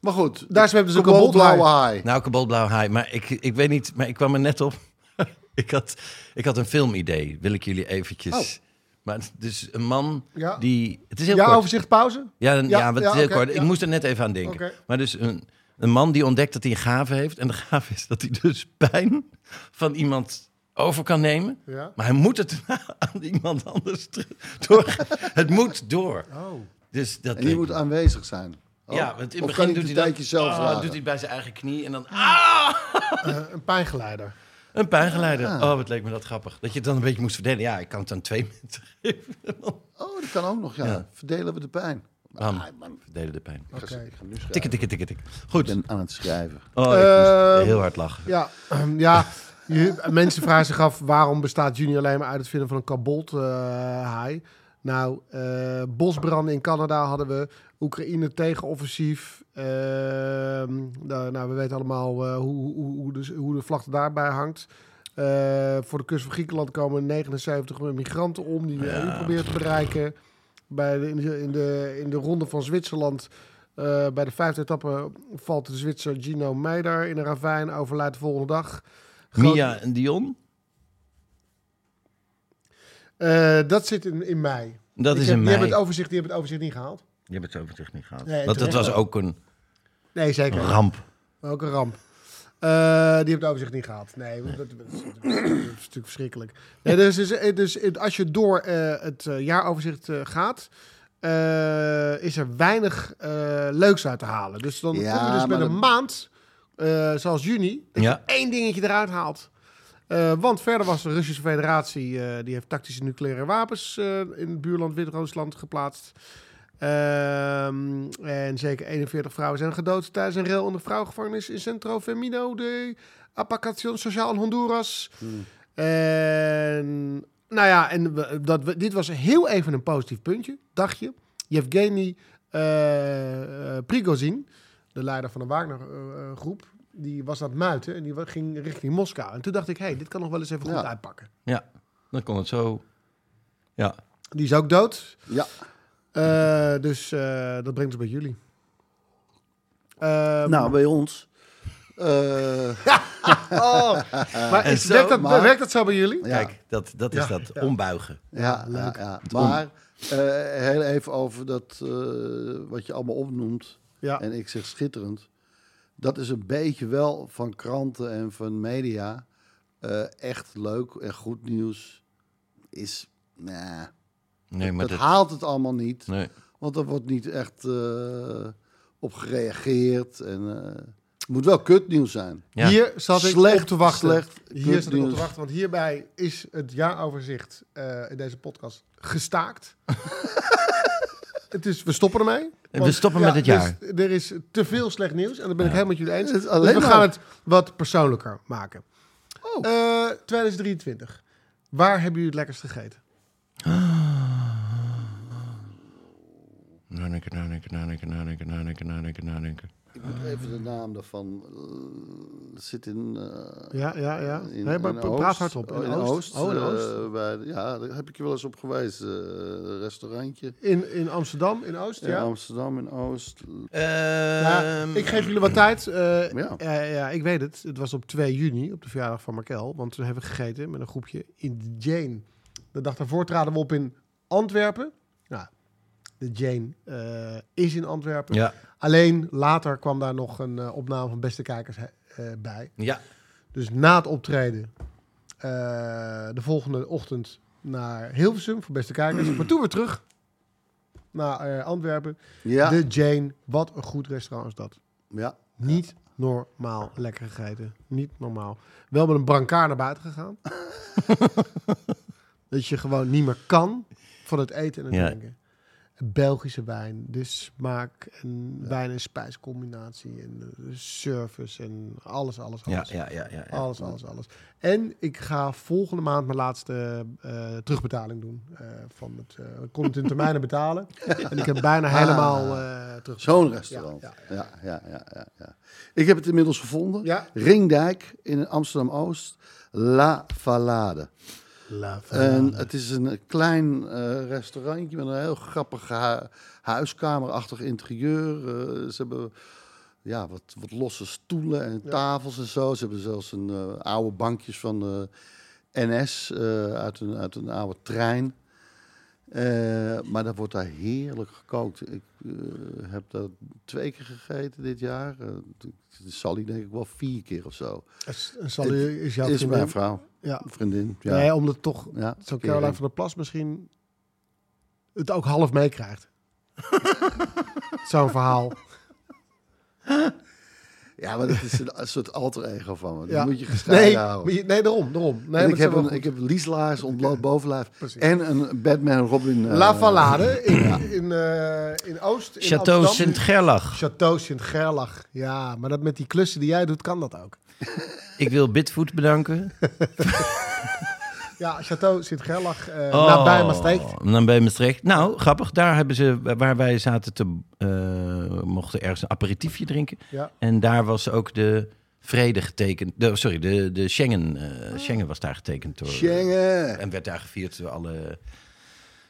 Speaker 3: Maar goed,
Speaker 5: Daar hebben ze ook een
Speaker 3: Kabal
Speaker 5: bolblauwe
Speaker 3: dus blauwe haai.
Speaker 4: nou, kabolblauw haai. Maar ik, ik weet niet, maar ik kwam er net op. ik, had, ik had een filmidee, wil ik jullie eventjes... Maar het is een man
Speaker 5: Oh. Ja.
Speaker 4: die... Het is heel
Speaker 5: Ja,
Speaker 4: kort.
Speaker 5: overzicht pauze?
Speaker 4: Ja, dan-
Speaker 5: Ja,
Speaker 4: ja, want
Speaker 5: ja,
Speaker 4: het is heel
Speaker 5: oké,
Speaker 4: kort.
Speaker 5: ja.
Speaker 4: Ik moest er net even aan denken.
Speaker 5: Oké.
Speaker 4: Maar dus een, een man die ontdekt dat hij een gave heeft. En de gave is dat hij dus pijn van iemand over kan nemen.
Speaker 5: Ja.
Speaker 4: Maar hij moet het aan iemand anders terug- door. het moet door.
Speaker 5: Oh.
Speaker 4: Dus dat
Speaker 3: En die
Speaker 4: leek
Speaker 3: moet
Speaker 4: me-
Speaker 3: aanwezig zijn. Oh.
Speaker 4: Ja, want in het
Speaker 3: Of kan
Speaker 4: begin
Speaker 3: hij
Speaker 4: doet
Speaker 3: het
Speaker 4: hij
Speaker 3: een
Speaker 4: dat-
Speaker 3: tijdje zelf
Speaker 4: Ah,
Speaker 3: lagen?
Speaker 4: doet hij bij zijn eigen knie en dan ah,
Speaker 5: Een pijngeleider.
Speaker 4: een pijngeleider.
Speaker 3: Ah.
Speaker 4: Oh, wat leek me dat grappig. Dat je het dan een beetje moest verdelen. Ja, ik kan het aan twee mensen geven.
Speaker 3: Oh, dat kan ook nog, ja.
Speaker 4: Ja.
Speaker 3: Verdelen we de pijn.
Speaker 4: Bam.
Speaker 3: Ah, man,
Speaker 4: Verdelen de pijn.
Speaker 3: ik ga, ik ga nu schrijven.
Speaker 4: Tikken, tikken, tikken, tikken. Goed.
Speaker 3: Ik ben aan het schrijven.
Speaker 4: Oh, ik moest heel hard lachen.
Speaker 5: Ja, ehm, ja. Je- mensen vragen zich af waarom bestaat juni alleen maar uit het vinden van een kabolt eh, haai. nou, eh, bosbranden in Canada hadden we. Oekraïne tegenoffensief. Ehm, nou, nou, we weten allemaal eh, hoe, hoe, hoe, de, hoe de vlag er daarbij hangt. Eh, voor de kust van Griekenland komen 79 migranten om die de EU probeert te bereiken. Bij de, in, de, in, de, in de ronde van Zwitserland, eh, bij de vijfde etappe, valt de Zwitser Gino Meijer in een ravijn, overlijdt de volgende dag. Groot-
Speaker 4: Mia en Dion.
Speaker 5: Eh, dat zit in, in mei.
Speaker 4: Dat
Speaker 5: Ik
Speaker 4: is
Speaker 5: heb-
Speaker 4: in
Speaker 5: Die hebben,
Speaker 4: mei.
Speaker 5: het overzicht, die hebben het overzicht niet gehaald.
Speaker 4: Je hebt het overzicht niet gehad.
Speaker 5: Nee,
Speaker 4: Want dat
Speaker 5: terecht
Speaker 4: was ook een
Speaker 5: Nee, zeker.
Speaker 4: ramp.
Speaker 5: Ook een ramp. Eh, die hebben het overzicht niet gehaald. Nee, dat, dat- dat is natuurlijk verschrikkelijk. Nee, dus, dus, dus het- als je door eh, het eh, jaaroverzicht eh, gaat, eh, is er weinig eh, leuks uit te halen. Dus dan
Speaker 3: Ja,
Speaker 5: kom je dus met
Speaker 3: maar
Speaker 5: een
Speaker 3: dat-
Speaker 5: maand, eh, zoals juni, dat
Speaker 4: Ja.
Speaker 5: je één dingetje eruit haalt. Eh, want verder was de Russische federatie, eh, die heeft tactische nucleaire wapens eh, in het buurland Wit-Rusland geplaatst. Ehm, en zeker 41 vrouwen zijn gedood tijdens een rel in de vrouwengevangenis in Centro Femino de Apacación Social in Honduras. En, nou ja, en we- dat, we- dit was heel even een positief puntje, dacht je. Yevgeny eh, eh, Prigozhin, de leider van de Wagner-groep, die was aan het muiten en die wa- ging richting Moskou. En toen dacht ik, hé, hey, dit kan nog wel eens even goed
Speaker 3: Ja.
Speaker 5: uitpakken.
Speaker 4: Ja, dan kon het zo. Ja.
Speaker 5: Die is ook dood.
Speaker 3: Ja,
Speaker 5: Eh, dus eh, dat brengt ons bij jullie. Ehm,
Speaker 3: nou, bij ons. Eh,
Speaker 5: oh, maar
Speaker 4: En
Speaker 5: is,
Speaker 4: zo,
Speaker 5: werkt, dat,
Speaker 3: maar-
Speaker 5: werkt dat zo bij jullie?
Speaker 3: Ja.
Speaker 4: Kijk, dat, dat is dat ombuigen.
Speaker 3: Ja, ja, ja. maar eh, heel even over dat eh, wat je allemaal opnoemt.
Speaker 5: Ja.
Speaker 3: En ik zeg schitterend. Dat is een beetje wel van kranten en van media. eh, echt leuk en goed nieuws is. Nah,
Speaker 4: Nee, maar
Speaker 3: dat
Speaker 4: dat,
Speaker 3: haalt het allemaal niet.
Speaker 4: nee.
Speaker 3: Want er wordt niet echt eh, op gereageerd. En, eh, het moet wel kutnieuws zijn.
Speaker 4: Ja.
Speaker 5: Hier zat ik
Speaker 3: Slecht,
Speaker 5: op te wachten.
Speaker 3: slecht
Speaker 5: Hier zat ik op
Speaker 3: kutnieuws.
Speaker 5: te wachten, want hierbij is het jaaroverzicht eh, in deze podcast gestaakt. het is, we stoppen ermee.
Speaker 4: we stoppen met het jaar.
Speaker 5: dus er is te veel slecht nieuws en dat ben ik helemaal met jullie eens.
Speaker 3: Het is
Speaker 5: Dus
Speaker 3: alleen
Speaker 5: we
Speaker 3: maar-
Speaker 5: gaan het wat persoonlijker maken.
Speaker 3: Oh.
Speaker 5: Eh, 2023. Waar hebben jullie het lekkerst gegeten? Nou,
Speaker 4: Nadenken, nadenken, nadenken, nadenken, nadenken, nadenken, nadenken.
Speaker 3: Ik moet even de naam daarvan. eh, zit in. eh,
Speaker 5: Ja, ja, ja.
Speaker 3: In,
Speaker 5: nee, maar
Speaker 3: in
Speaker 5: praat
Speaker 3: Oost.
Speaker 5: hardop.
Speaker 3: Oh, in Oost.
Speaker 5: Oh, in Oost.
Speaker 3: eh, bij de- ja, daar heb ik je wel eens op gewezen. eh, restaurantje.
Speaker 5: in, in Amsterdam, in Oost,
Speaker 3: In
Speaker 5: ja.
Speaker 3: Amsterdam, in Oost.
Speaker 4: Eh,
Speaker 5: Ja, ik geef jullie wat tijd. Eh,
Speaker 3: Ehm, Ja.
Speaker 5: eh, ja, ik weet het. Het was op 2 juni, op de verjaardag van Markel. Want toen hebben we gegeten met een groepje in de Jane. De dag daarvoor traden we op in Antwerpen. Nou, de Jane eh, is in Antwerpen.
Speaker 4: Ja.
Speaker 5: Alleen later kwam daar nog een eh, opname van Beste Kijkers eh, bij.
Speaker 4: Ja.
Speaker 5: Dus na het optreden, eh, de volgende ochtend naar Hilversum voor beste kijkers. Maar toen weer terug naar eh, Antwerpen.
Speaker 3: Ja.
Speaker 5: De Jane, wat een goed restaurant is dat.
Speaker 3: Ja.
Speaker 5: Niet normaal lekker gegeten. Niet normaal. Wel met een brancard naar buiten gegaan. dat je gewoon niet meer kan van het eten en het
Speaker 4: Ja.
Speaker 5: drinken. Belgische wijn, de smaak en wijn- en spijscombinatie en de service en alles, alles,
Speaker 4: Ja,
Speaker 5: alles.
Speaker 4: ja, ja, ja. ja.
Speaker 5: Alles, alles, alles. En ik ga volgende maand mijn laatste eh, terugbetaling doen. eh, van het, eh ik kon het in termijnen betalen. En ik heb bijna helemaal
Speaker 4: Ah.
Speaker 5: eh terug.
Speaker 3: Zo'n restaurant.
Speaker 5: Ja,
Speaker 3: Ja ja. Ja, ja, ja, ja. Ik heb het inmiddels gevonden.
Speaker 5: Ja.
Speaker 3: Ringdijk in Amsterdam Oost. La Valade.
Speaker 5: La
Speaker 3: En het is een klein eh, restaurantje met een heel grappig hu- huiskamerachtig interieur. Eh, ze hebben ja, wat, wat losse stoelen en tafels en zo. Ze hebben zelfs een eh, oude bankjes van de NS eh, uit, een, uit een oude trein. Eh, maar dat wordt daar heerlijk gekookt. Ik eh, heb dat twee keer gegeten dit jaar. Eh, het zal denk ik wel vier keer of zo.
Speaker 5: Zal u, is jouw
Speaker 3: Is
Speaker 5: vriendin-
Speaker 3: mijn vrouw,
Speaker 5: Ja.
Speaker 3: vriendin. Ja.
Speaker 5: Nee, omdat toch
Speaker 3: Ja,
Speaker 5: zo
Speaker 3: Kering.
Speaker 5: Caroline van der Plas misschien het ook half meekrijgt. Zo'n verhaal.
Speaker 3: Ja, maar dat is een, een soort alter ego van me. Die
Speaker 5: Ja.
Speaker 3: moet je gescheiden
Speaker 5: nee,
Speaker 3: houden.
Speaker 5: maar je- nee, daarom. daarom. Nee,
Speaker 3: En
Speaker 5: maar
Speaker 3: ik,
Speaker 5: het
Speaker 3: heb
Speaker 5: zijn
Speaker 3: een,
Speaker 5: wel
Speaker 3: ik
Speaker 5: goed.
Speaker 3: heb Lieslaars, ontbloot bovenlijf en een Batman en Robin. eh,
Speaker 5: La Vallade in, in, eh, in Oost. In
Speaker 4: Château
Speaker 5: Amsterdam.
Speaker 4: Sint-Gerlach.
Speaker 5: Château Sint-Gerlach. Ja, maar dat met die klussen die jij doet, kan dat ook.
Speaker 4: Ik wil Bitfoot bedanken.
Speaker 5: Ja, Château Sint-Gerlach eh
Speaker 4: Oh,
Speaker 5: nabij Maastricht.
Speaker 4: Nabij Maastricht. Nou, grappig. Daar hebben ze, waar wij zaten, te, eh, mochten ergens een aperitiefje drinken.
Speaker 5: Ja.
Speaker 4: En daar was ook de vrede getekend. De, sorry, de, de Schengen, eh, Schengen was daar getekend. Door,
Speaker 3: Schengen.
Speaker 4: En werd daar gevierd door alle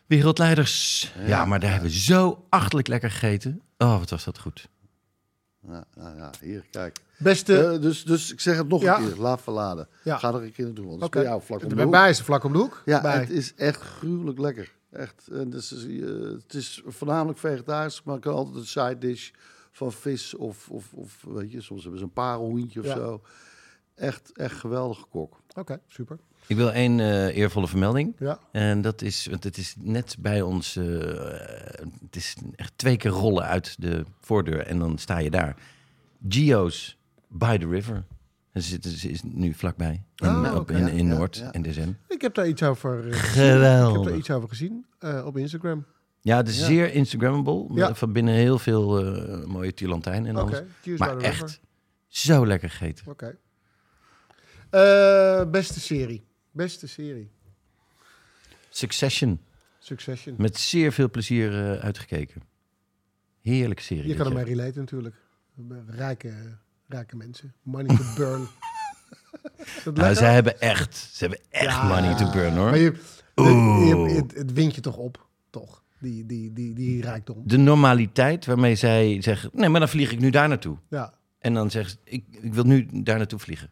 Speaker 4: wereldleiders. Ja, maar daar hebben we zo achterlijk lekker gegeten. Oh, wat was dat goed.
Speaker 3: Ja, nou ja, hier, kijk.
Speaker 5: Beste.
Speaker 3: Eh, dus, dus ik zeg het nog
Speaker 5: Ja.
Speaker 3: een keer, La Verlade.
Speaker 5: Ja.
Speaker 3: Ga er een keer naartoe, want het
Speaker 5: Oké.
Speaker 3: is bij jou vlak om de
Speaker 5: Bij
Speaker 3: hoek.
Speaker 5: mij is het vlak om de hoek.
Speaker 3: Ja,
Speaker 5: Bij-
Speaker 3: het is echt gruwelijk lekker. Echt. En dus, is, eh, het is voornamelijk vegetarisch, maar ik kan altijd een side dish van vis of, of, of weet je, soms hebben ze een parelhoentje of
Speaker 5: Ja.
Speaker 3: zo. Echt, echt geweldige kok.
Speaker 5: Oké, super.
Speaker 4: Ik wil één eh, eervolle vermelding.
Speaker 5: Ja.
Speaker 4: En dat is, want het is net bij ons, eh, het is echt twee keer rollen uit de voordeur en dan sta je daar. Geo's by the river. En Ze zitten- ze is nu vlakbij. En ook in, in Noord, in DSM.
Speaker 5: Ik heb daar iets over. eh, Ik heb daar
Speaker 4: Geweldig.
Speaker 5: iets over gezien eh, op Instagram.
Speaker 4: Ja, het is zeer Instagrammable. Eh,
Speaker 5: Ja.
Speaker 4: Van binnen heel veel eh, mooie tirlantijn en
Speaker 5: Oké,
Speaker 4: alles.
Speaker 5: Geo's by
Speaker 4: Maar
Speaker 5: the river.
Speaker 4: echt zo lekker gegeten.
Speaker 5: Oké. Eh, beste serie. Beste serie.
Speaker 4: Succession.
Speaker 5: Succession.
Speaker 4: Met zeer veel plezier eh, uitgekeken. Heerlijke serie.
Speaker 5: Je
Speaker 4: dit
Speaker 5: kan
Speaker 4: jaar.
Speaker 5: ermee relaten natuurlijk. Rijke, rijke mensen. Money to burn. Dat
Speaker 4: Nou,
Speaker 5: lijkt
Speaker 4: ze hebben echt, ze hebben echt money to burn hoor.
Speaker 5: Maar je, het, je- het, het wint je toch op, toch? Die, die, die, die rijkdom.
Speaker 4: de normaliteit waarmee zij zeggen: nee, maar dan vlieg ik nu daar naartoe.
Speaker 5: Ja.
Speaker 4: En dan zeggen ze: ik, ik wil nu daar naartoe vliegen.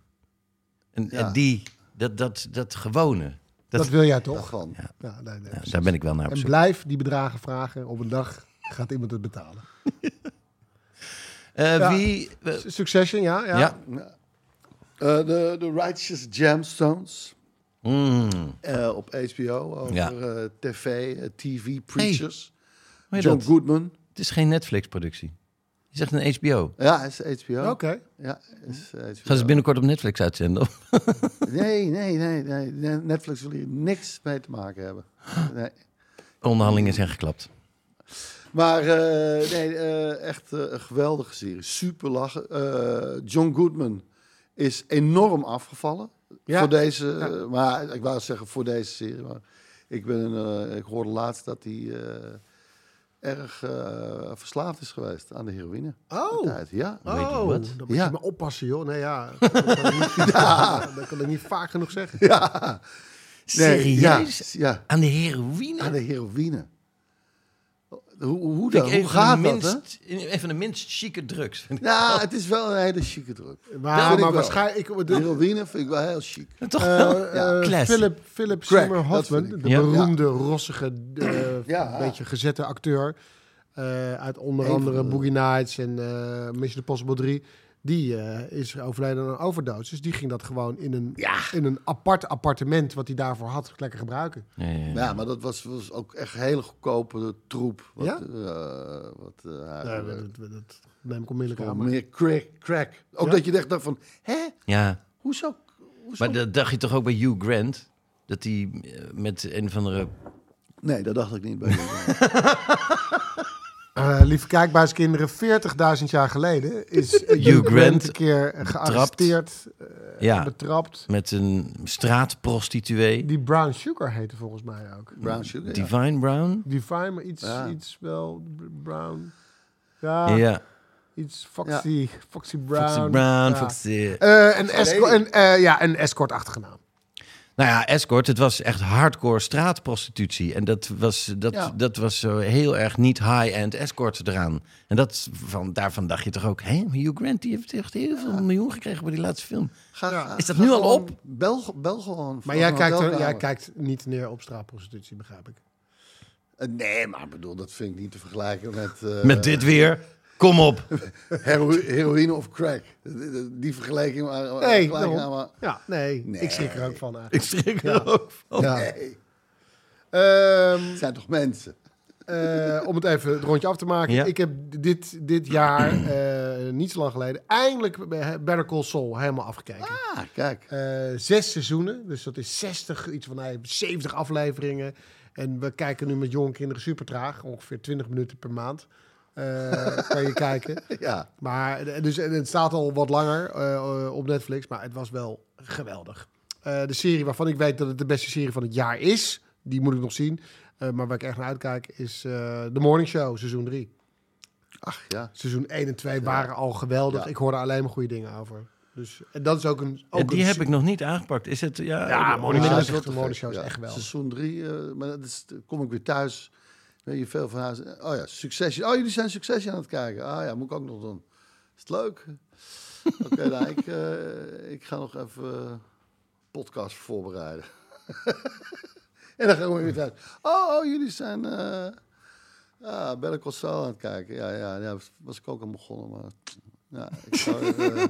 Speaker 4: En,
Speaker 3: Ja.
Speaker 4: en die, dat, dat, dat gewone, dat,
Speaker 5: Dat, wil jij toch?
Speaker 3: Daarvan.
Speaker 5: Ja, nee, nee,
Speaker 4: ja,
Speaker 5: precies.
Speaker 4: daar ben ik wel naar op
Speaker 5: en
Speaker 4: zoek.
Speaker 5: blijf die bedragen vragen. Op een dag gaat iemand het betalen.
Speaker 4: Eh,
Speaker 5: Ja.
Speaker 4: Wie, eh,
Speaker 5: Succession, ja. Ja.
Speaker 4: ja.
Speaker 3: Eh, de, de Righteous Gemstones.
Speaker 4: Mm.
Speaker 3: Eh, op HBO over
Speaker 4: Ja.
Speaker 3: eh, tv, eh, TV preachers.
Speaker 4: Hoe heet
Speaker 3: John
Speaker 4: dat?
Speaker 3: Goodman.
Speaker 4: Het is geen Netflix-productie. Je zegt een HBO.
Speaker 3: Ja, hij is HBO.
Speaker 5: Oké.
Speaker 3: Ja, hij is HBO.
Speaker 4: Gaan ze binnenkort op Netflix uitzenden? of?
Speaker 3: Nee, nee, nee, nee. Ne- Netflix wil hier niks mee te maken hebben. Nee.
Speaker 4: Onderhandelingen zijn geklapt.
Speaker 3: Maar eh, nee, eh, echt eh, een geweldige serie. Super lachen. Eh, John Goodman is enorm afgevallen
Speaker 5: Ja.
Speaker 3: voor deze. Maar ik wou zeggen voor deze serie. Maar ik, ben, een, eh, ik hoorde laatst dat hij eh, erg eh, verslaafd is geweest aan de heroïne.
Speaker 5: Oh.
Speaker 3: Tijd, Ja.
Speaker 5: Oh,
Speaker 4: wat?
Speaker 5: dan moet
Speaker 3: Ja.
Speaker 5: je maar oppassen, joh. Nee, ja. dat, kan ik niet, dat kan ik niet vaak genoeg zeggen.
Speaker 3: Nee, ja,
Speaker 4: Serieus?
Speaker 3: ja,
Speaker 4: Aan de heroïne?
Speaker 3: aan de heroïne. Hoe, hoe,
Speaker 4: Vind ik
Speaker 3: dan? hoe
Speaker 4: een van de
Speaker 3: gaat dat, hè?
Speaker 4: minst, Een van de minst chique drugs.
Speaker 3: Nou, het is wel een hele chique druk.
Speaker 5: Maar,
Speaker 3: vind
Speaker 5: maar
Speaker 3: ik wel.
Speaker 5: waarschijnlijk... ik- de-
Speaker 3: Heroïne vind ik wel heel chic.
Speaker 4: Toch
Speaker 5: eh,
Speaker 4: wel?
Speaker 5: eh,
Speaker 4: Classic.
Speaker 5: Philip, Philip
Speaker 3: Crack,
Speaker 5: Seymour
Speaker 3: dat
Speaker 5: Hoffman,
Speaker 3: vind
Speaker 5: de
Speaker 3: ik.
Speaker 4: Ja.
Speaker 5: beroemde, rossige, eh,
Speaker 3: Ja.
Speaker 5: beetje gezette acteur. eh, uit onder
Speaker 3: Een van
Speaker 5: andere
Speaker 3: de-
Speaker 5: Boogie Nights en eh, Mission Impossible 3. Die eh, is overleden aan een overdosis. Dus die ging dat gewoon in een, in een apart appartement... wat hij daarvoor had, lekker gebruiken.
Speaker 3: Ja, maar dat was, was ook echt hele goedkope troep. Wat,
Speaker 5: Ja?
Speaker 3: eh, wat, eh,
Speaker 5: Nee,
Speaker 3: eh,
Speaker 5: dat, dat, dat neem ik onmiddellijk
Speaker 3: gewoon
Speaker 5: aan. maar-
Speaker 3: meer crack. crack. Ook dat je echt dacht van, hè?
Speaker 4: Ja.
Speaker 3: Hoezo? hoezo?
Speaker 4: Maar dat dacht je toch ook bij Hugh Grant? Dat hij eh, met een van de.
Speaker 3: Nee, dat dacht ik niet bij jullie.
Speaker 5: Eh, lieve kijkbuiskinderen, 40.000 jaar geleden is eh,
Speaker 4: Hugh Grant Ah.
Speaker 5: een keer gearresteerd, betrapt.
Speaker 4: Ja,
Speaker 5: betrapt.
Speaker 4: met een straatprostituee.
Speaker 5: Die Brown Sugar heette volgens mij ook.
Speaker 3: Brown sugar. ja.
Speaker 4: Divine Brown?
Speaker 5: Divine, maar iets, iets wel b- brown. Ja,
Speaker 4: Ja.
Speaker 5: iets foxy, foxy brown.
Speaker 4: Foxy Brown,
Speaker 5: Ja.
Speaker 4: Foxy.
Speaker 5: Eh, een escort, een, eh, ja, een escortachtige naam.
Speaker 4: Nou ja, escort, het was echt hardcore straatprostitutie. En dat was, dat,
Speaker 3: Ja.
Speaker 4: dat was zo heel erg niet high-end escort eraan. En dat, van, daarvan dacht je toch ook... hé, maar Hugh Grant die heeft echt heel veel miljoen gekregen bij die laatste film.
Speaker 3: Ga, ga-
Speaker 4: Is dat
Speaker 3: ga
Speaker 4: nu al
Speaker 3: gewoon-
Speaker 4: op?
Speaker 3: Bel, bel gewoon.
Speaker 5: Maar
Speaker 3: voor
Speaker 5: jij
Speaker 3: een
Speaker 5: kijkt, er-
Speaker 3: hotelkamer.
Speaker 5: jij kijkt niet neer op straatprostitutie, begrijp ik.
Speaker 3: Eh, Nee, maar ik bedoel, dat vind ik niet te vergelijken met, eh,
Speaker 4: Met dit weer, kom op.
Speaker 3: hero- heroïne of crack. Eh, Die vergelijking. maar-
Speaker 5: Nee,
Speaker 3: vergelijking
Speaker 5: daarom.
Speaker 3: maar-
Speaker 5: ja, nee,
Speaker 3: Nee.
Speaker 5: ik schrik er ook van eigenlijk.
Speaker 4: Ik schrik er ook van.
Speaker 5: Ja.
Speaker 3: Nee,
Speaker 5: Ehm,
Speaker 3: het zijn toch mensen?
Speaker 5: eh, om het even het rondje af te maken.
Speaker 4: Ja.
Speaker 5: Ik heb dit, dit jaar, eh, niet zo lang geleden, eindelijk Better Call Saul helemaal afgekeken.
Speaker 3: Ah, kijk.
Speaker 5: Eh, zes seizoenen, dus dat is 60, iets van nee, 70 afleveringen. En we kijken nu met jonge kinderen super traag, ongeveer 20 minuten per maand. eh, kan je kijken.
Speaker 3: Ja.
Speaker 5: Maar eh, dus, en het staat al wat langer eh, eh, op Netflix, maar het was wel geweldig. Eh, de serie waarvan ik weet dat het de beste serie van het jaar is, die moet ik nog zien. Eh, maar waar ik echt naar uitkijk is eh The Morning Show, seizoen 3.
Speaker 3: Ach ja.
Speaker 5: Seizoen 1 en 2 waren al geweldig.
Speaker 3: Ja.
Speaker 5: Ik hoorde alleen maar goede dingen over. Dus, en dat is ook een. Ook
Speaker 4: En die
Speaker 5: een
Speaker 4: heb ik nog niet aangepakt. Is het, ja,
Speaker 5: Ja,
Speaker 4: eh,
Speaker 5: Morning
Speaker 3: Ah,
Speaker 5: Show
Speaker 3: dat
Speaker 5: is
Speaker 3: wel
Speaker 5: echt-
Speaker 3: te
Speaker 5: Morning
Speaker 3: gek,
Speaker 5: Show is
Speaker 3: ja.
Speaker 5: echt geweldig.
Speaker 3: Seizoen 3, maar dat is, dan kom ik weer thuis. Weet je, veel van huis. Oh ja, Succession. Oh, jullie zijn Succession aan het kijken. Ah ja, moet ik ook nog doen. Is het leuk? Oké, nou, ik, eh, ik ga nog even eh, podcast voorbereiden. en dan gaan we weer thuis. Oh, oh jullie zijn... eh ja, Belle Costal aan het kijken. Ja, ja, ja, was ik ook aan begonnen, maar... Ja, ik zou, eh,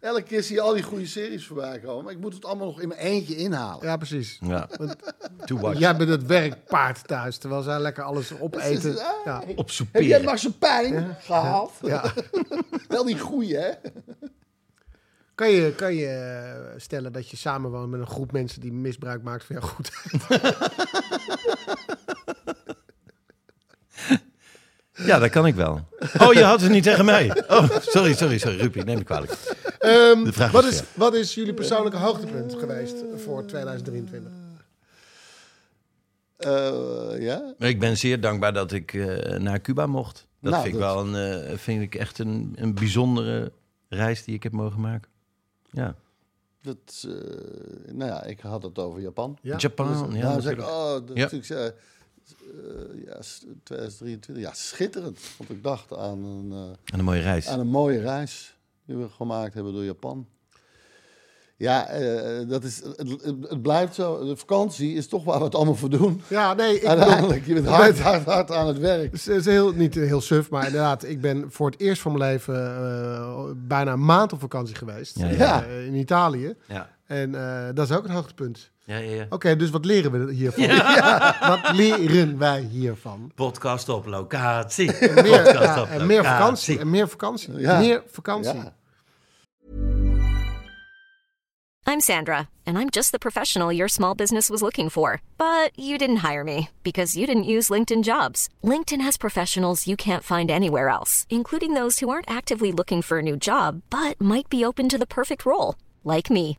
Speaker 3: elke keer zie je al die goede series voorbij komen. Maar ik moet het allemaal nog in mijn eentje inhalen.
Speaker 5: Ja, precies.
Speaker 4: Ja. To watch.
Speaker 5: Oh, Jij bent het werkpaard thuis, terwijl zij lekker alles
Speaker 3: Dus,
Speaker 5: opeten.
Speaker 3: eh,
Speaker 5: Ja.
Speaker 4: Op
Speaker 3: Heb jij
Speaker 4: soeperen.
Speaker 3: maar zijn pijn gehaald?
Speaker 5: Ja.
Speaker 3: Wel die goeie, hè?
Speaker 5: Kan, je, kan je eh, stellen dat je samenwoont met een groep mensen die misbruik maakt van jouw goed?
Speaker 4: Ja, dat kan ik wel. Oh, je had het niet tegen mij. Oh, sorry, sorry, sorry, Rupi, neem me kwalijk. De vraag
Speaker 5: wat,
Speaker 4: was
Speaker 5: is, wat is jullie persoonlijke hoogtepunt geweest voor 2023?
Speaker 3: Eh, ja?
Speaker 4: Ik ben zeer dankbaar dat ik eh, naar Cuba mocht. Dat
Speaker 3: Nou,
Speaker 4: vind ik
Speaker 3: dat-
Speaker 4: wel een, eh, vind ik echt een, een bijzondere reis die ik heb mogen maken. Ja,
Speaker 3: Dat, eh, nou ja, ik had het over Japan.
Speaker 5: Ja,
Speaker 4: Japan. Ja,
Speaker 3: nou, zeg ik,
Speaker 4: natuurlijk.
Speaker 3: oh, dat
Speaker 4: Ja.
Speaker 3: succes. Eh, ja, s- 2023. Ja, schitterend. Want ik dacht aan een, eh,
Speaker 4: En een mooie reis.
Speaker 3: aan een mooie reis die we gemaakt hebben door Japan. Ja, eh, dat is, het, het- het blijft zo. De vakantie is toch waar we het allemaal voor doen.
Speaker 5: Ja, nee, ik bedoel,
Speaker 3: Uiteindelijk, je bent hard, hard, hard aan het werk.
Speaker 5: Het is- het is heel, niet heel suf, maar inderdaad, ik ben voor het eerst van mijn leven eh, bijna een maand op vakantie geweest.
Speaker 4: Ja, ja.
Speaker 5: eh, in Italië.
Speaker 4: Ja.
Speaker 5: En eh, dat is ook een hoogtepunt.
Speaker 4: Ja, ja, ja.
Speaker 5: Oké, dus wat leren we hiervan? Wat leren wij hiervan?
Speaker 4: Podcast op locatie.
Speaker 5: En meer,
Speaker 4: Podcast
Speaker 5: ja,
Speaker 4: op
Speaker 5: en meer
Speaker 4: locatie.
Speaker 5: vakantie. En meer vakantie.
Speaker 3: Ja.
Speaker 5: Meer vakantie.
Speaker 3: Ja.
Speaker 6: I'm Sandra, and I'm just the professional your small business was looking for. But you didn't hire me because you didn't use LinkedIn jobs. LinkedIn has professionals you can't find anywhere else, including those who aren't actively looking for a new job but might be open to the perfect role, like me.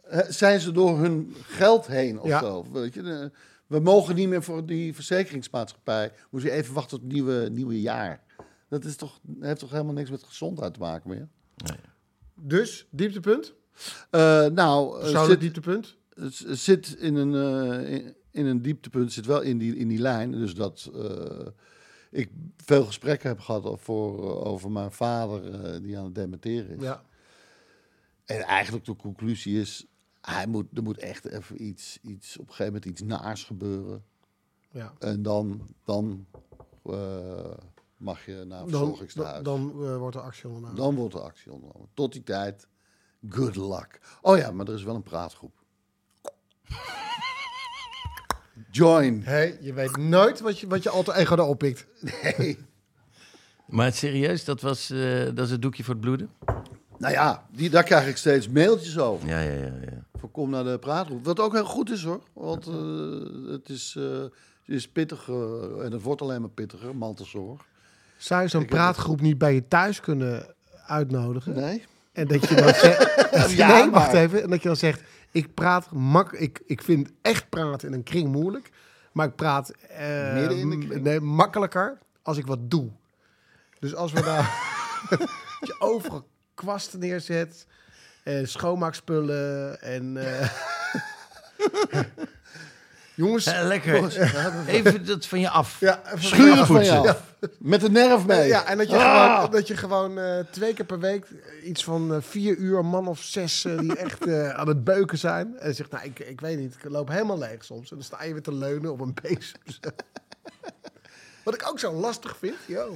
Speaker 3: eh, zijn ze door hun geld heen of
Speaker 5: Ja.
Speaker 3: zo. Weet je, eh, we mogen niet meer voor die verzekeringsmaatschappij. Moet je even wachten tot het nieuwe, nieuwe jaar. Dat is toch, heeft toch helemaal niks met gezondheid te maken meer?
Speaker 5: Dus, dieptepunt.
Speaker 3: Eh, nou, eh,
Speaker 5: Persoonlijk
Speaker 3: zit,
Speaker 5: dieptepunt.
Speaker 3: het zit in een, eh, in, in een dieptepunt, zit wel in die, in die lijn. Dus dat eh, ik veel gesprekken heb gehad o- voor, over mijn vader eh, die aan het dementeren is.
Speaker 5: Ja.
Speaker 3: En eigenlijk de conclusie is, hij moet, er moet echt even iets, iets, op een gegeven moment iets naars gebeuren.
Speaker 5: ja.
Speaker 3: En dan, dan eh, mag je naar
Speaker 5: Dan,
Speaker 3: verzorgingstehuis.
Speaker 5: dan,
Speaker 3: Dan,
Speaker 5: dan eh, wordt er actie ondernomen.
Speaker 3: dan wordt er actie ondernomen. Tot die tijd, good luck. Oh ja, maar er is wel een praatgroep. Join.
Speaker 5: Hé, je weet nooit wat je, wat je alter ego daar oppikt.
Speaker 4: Maar het serieus, dat, was, eh, dat is het doekje voor het bloeden?
Speaker 3: Nou ja, die, daar krijg ik steeds mailtjes over.
Speaker 4: Ja, ja, ja. ja.
Speaker 3: Voor kom naar de praatgroep. Wat ook heel goed is hoor. Want eh, het, is, eh, het is pittiger en het wordt alleen maar pittiger, mantelzorg.
Speaker 5: Zou je zo'n praatgroep niet bij je thuis kunnen uitnodigen?
Speaker 3: Nee.
Speaker 5: En dat je dan zegt...
Speaker 3: Ja,
Speaker 5: nee, wacht
Speaker 3: maar-
Speaker 5: even. En dat je dan zegt, ik praat mak... Ik, ik vind echt praten in een kring moeilijk. Maar ik praat eh,
Speaker 3: Midden in de kring.
Speaker 5: nee, makkelijker als ik wat doe. Dus als we daar... dat je overal kwasten neerzet. En schoonmaakspullen. En... eh, Jongens,
Speaker 4: Eh, lekker. Even dat van je af.
Speaker 5: ja, even-
Speaker 3: Schuren van jou. Met de nerf mee.
Speaker 5: Ja, en dat je gewoon, dat je gewoon eh, twee keer per week iets van eh, vier uur, een man of zes, eh, die echt eh, aan het beuken zijn. En zegt, nou, ik, ik weet niet, ik loop helemaal leeg soms. En dan sta je weer te leunen op een bezem. Wat ik ook zo lastig vind, joh.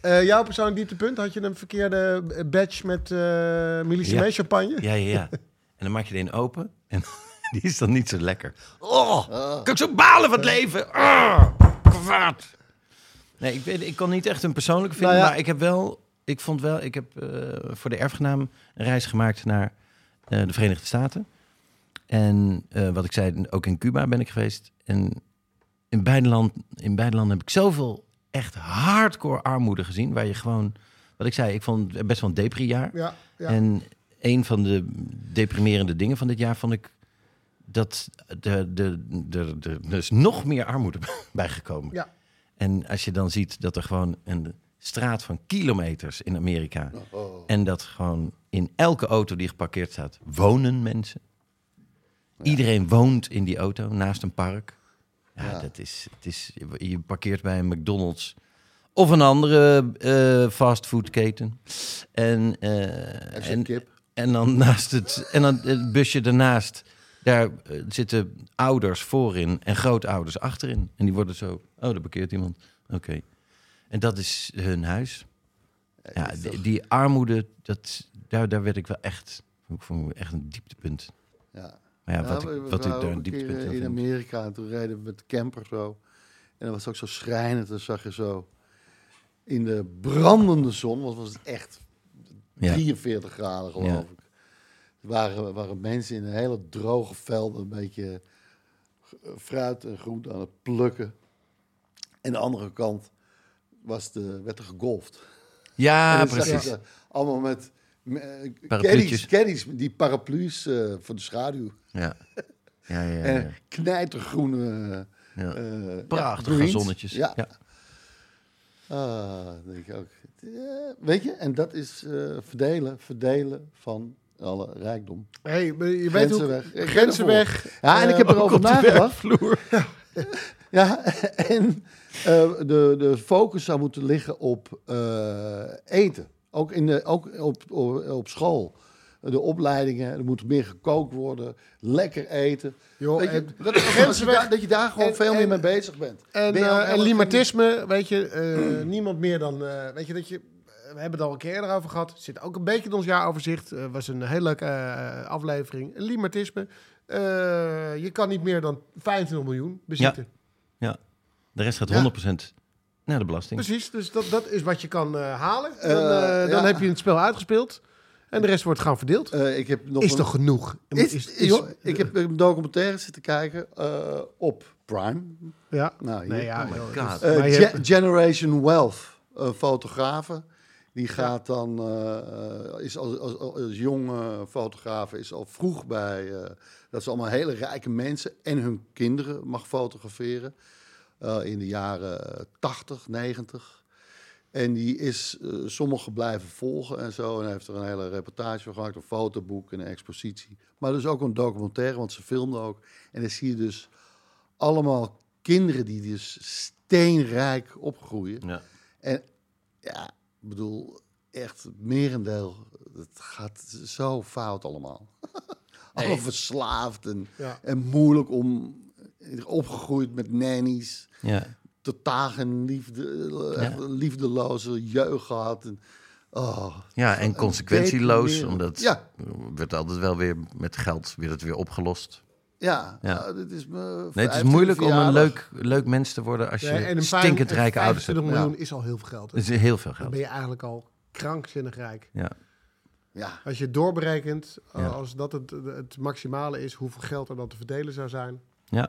Speaker 5: Eh, jouw persoonlijk dieptepunt, had je een verkeerde badge met eh Milice
Speaker 4: Ja.
Speaker 5: May champagne?
Speaker 4: Ja, ja, ja. En dan maak je de een open en die is dan niet zo lekker. Oh, kan ik zo balen van het leven. Ah, kwaad. Nee, ik, weet, ik kan niet echt een persoonlijke vinden,
Speaker 3: Nou ja.
Speaker 4: maar ik heb wel... Ik vond wel, ik heb eh, voor de erfgenaam een reis gemaakt naar eh, de Verenigde Staten. En eh, wat ik zei, ook in Cuba ben ik geweest. En in beide, land, in beide landen heb ik zoveel echt hardcore armoede gezien. Waar je gewoon, wat ik zei, ik vond het best wel een depri-jaar.
Speaker 5: Ja, ja.
Speaker 4: En een van de deprimerende dingen van dit jaar vond ik dat er de, de, de, er is nog meer armoede bijgekomen.
Speaker 5: Ja.
Speaker 4: En als je dan ziet dat er gewoon een straat van kilometers in Amerika.
Speaker 5: Oh.
Speaker 4: En dat gewoon in elke auto die geparkeerd staat, wonen mensen. Iedereen woont in die auto naast een park. Ja, dat is, het is. Je parkeert bij een McDonald's of een andere eh fastfoodketen. En, eh,
Speaker 3: FC
Speaker 4: en,
Speaker 3: Kip.
Speaker 4: en dan naast het, en dan het busje daarnaast, daar eh, zitten ouders voorin en grootouders achterin. En die worden zo, oh, daar parkeert iemand. Oké. En dat is hun huis. Ja, die, die armoede, dat, daar, daar werd ik wel echt, ik vond echt een dieptepunt.
Speaker 3: Ja.
Speaker 4: Maar ja, wat,
Speaker 3: Ja, Nou, we-
Speaker 4: ik,
Speaker 3: we
Speaker 4: wat ik
Speaker 3: waren
Speaker 4: daar
Speaker 3: ook
Speaker 4: een
Speaker 3: een keer,
Speaker 4: dieptepunt
Speaker 3: eh,
Speaker 4: aan
Speaker 3: in
Speaker 4: vind.
Speaker 3: Amerika. En toen reden we met de camper zo. En dat was ook zo schrijnend. Dan zag je zo in de brandende zon, want het was echt
Speaker 4: Ja.
Speaker 3: 43 graden geloof
Speaker 4: Ja.
Speaker 3: ik. Er waren, waren mensen in een hele droge velden een beetje eh, fruit en groente aan het plukken. En de andere kant was de, werd er gegolfd. Dus
Speaker 4: Ja,
Speaker 3: En dan zag je
Speaker 4: Ah, precies.
Speaker 3: ze Allemaal met eh, caddies,
Speaker 4: Parapluutjes.
Speaker 3: caddies, die paraplu's eh, voor de schaduw.
Speaker 4: Ja. Ja, ja, ja.
Speaker 3: En knijtergroene...
Speaker 4: Ja.
Speaker 3: eh, ja,
Speaker 4: Prachtige
Speaker 3: greens.
Speaker 4: zonnetjes.
Speaker 3: Ja.
Speaker 4: Ja.
Speaker 3: Ah, denk ik ook. Eh, weet je, en dat is eh, verdelen, verdelen van Alle rijkdom.
Speaker 5: Hey, je weet
Speaker 3: Grenzen
Speaker 5: hoe...
Speaker 3: weg. Ik
Speaker 5: Grenzen
Speaker 3: ben ervoor.
Speaker 5: weg.
Speaker 3: Ja, en ik heb
Speaker 5: Eh,
Speaker 3: erover nagedacht. Ja, en eh, de, de focus zou moeten liggen op eh, eten. Ook, in de, ook op, op, op school. De opleidingen, er moet meer gekookt worden. Lekker eten.
Speaker 5: Joh,
Speaker 3: Weet je,
Speaker 5: en-
Speaker 3: dat, is- dat, je daar, dat je daar gewoon
Speaker 5: en-
Speaker 3: veel meer
Speaker 5: en-
Speaker 3: mee bezig bent.
Speaker 5: En,
Speaker 3: Ben je
Speaker 5: eh,
Speaker 3: ook
Speaker 5: en
Speaker 3: helemaal-
Speaker 5: limatisme, weet je, eh, niemand meer dan, eh, weet je, dat je, we hebben het al een keer eerder over gehad, zit ook een beetje in ons jaaroverzicht, Eh was een hele leuke eh, aflevering. Limatisme, eh, je kan niet meer dan 25 miljoen bezitten.
Speaker 4: Ja. De rest gaat
Speaker 5: Ja.
Speaker 4: 100% naar de belasting.
Speaker 5: Precies, dus dat, dat is wat je kan eh, halen. Dan,
Speaker 3: Eh,
Speaker 5: eh, dan
Speaker 3: ja.
Speaker 5: heb je het spel uitgespeeld en de rest wordt gewoon verdeeld.
Speaker 3: Eh, ik heb nog
Speaker 5: is
Speaker 3: een-
Speaker 5: toch genoeg?
Speaker 3: Is, joh, ik heb een documentaire zitten kijken eh, op Prime.
Speaker 5: ja.
Speaker 3: Nou, hier.
Speaker 5: Nee, ja, joh, dus-
Speaker 4: God.
Speaker 3: Eh,
Speaker 5: maar je
Speaker 3: Ge-
Speaker 5: hebt-
Speaker 3: Generation Wealth, eh fotografen. Die gaat dan, eh, eh, is als, als, als jonge fotograaf, is al vroeg bij eh, dat ze allemaal hele rijke mensen en hun kinderen mag fotograferen. eh, in de jaren 80, 90. En die is eh, sommige blijven volgen en zo. En hij heeft er een hele reportage van gemaakt, een fotoboek en een expositie. Maar dus ook een documentaire, want ze filmde ook. En dan zie je dus allemaal kinderen die dus steenrijk opgroeien.
Speaker 4: Ja.
Speaker 3: En ja, ik bedoel, echt het merendeel, het gaat zo fout allemaal. Allemaal verslaafd en,
Speaker 5: Ja.
Speaker 3: en moeilijk om, opgegroeid met nannies
Speaker 4: Ja.
Speaker 3: totaal geen liefde, echt liefdeloze jeugd gehad. En, oh,
Speaker 4: Ja, en consequentieloos,
Speaker 3: deprimerend.
Speaker 4: omdat
Speaker 3: Ja.
Speaker 4: werd altijd wel weer met geld weer het weer opgelost.
Speaker 3: ja,
Speaker 4: Ja.
Speaker 3: nou, dit is me.
Speaker 4: Nee, het is moeilijk om een
Speaker 3: 50e
Speaker 4: leuk, leuk mens te worden als je
Speaker 5: Ja, en een vijf-
Speaker 4: stinkend
Speaker 5: een
Speaker 4: rijke ouders hebt.
Speaker 5: 25
Speaker 4: Dat
Speaker 5: miljoen is al heel veel geld. hè?
Speaker 4: is heel veel
Speaker 5: Dan
Speaker 4: geld.
Speaker 5: ben je eigenlijk al krankzinnig rijk.
Speaker 4: Ja.
Speaker 3: verjaardag.
Speaker 5: Als je het doorberekent, uh,
Speaker 4: Ja.
Speaker 5: als dat het, het maximale is, hoeveel geld er dan te verdelen zou zijn.
Speaker 4: Ja.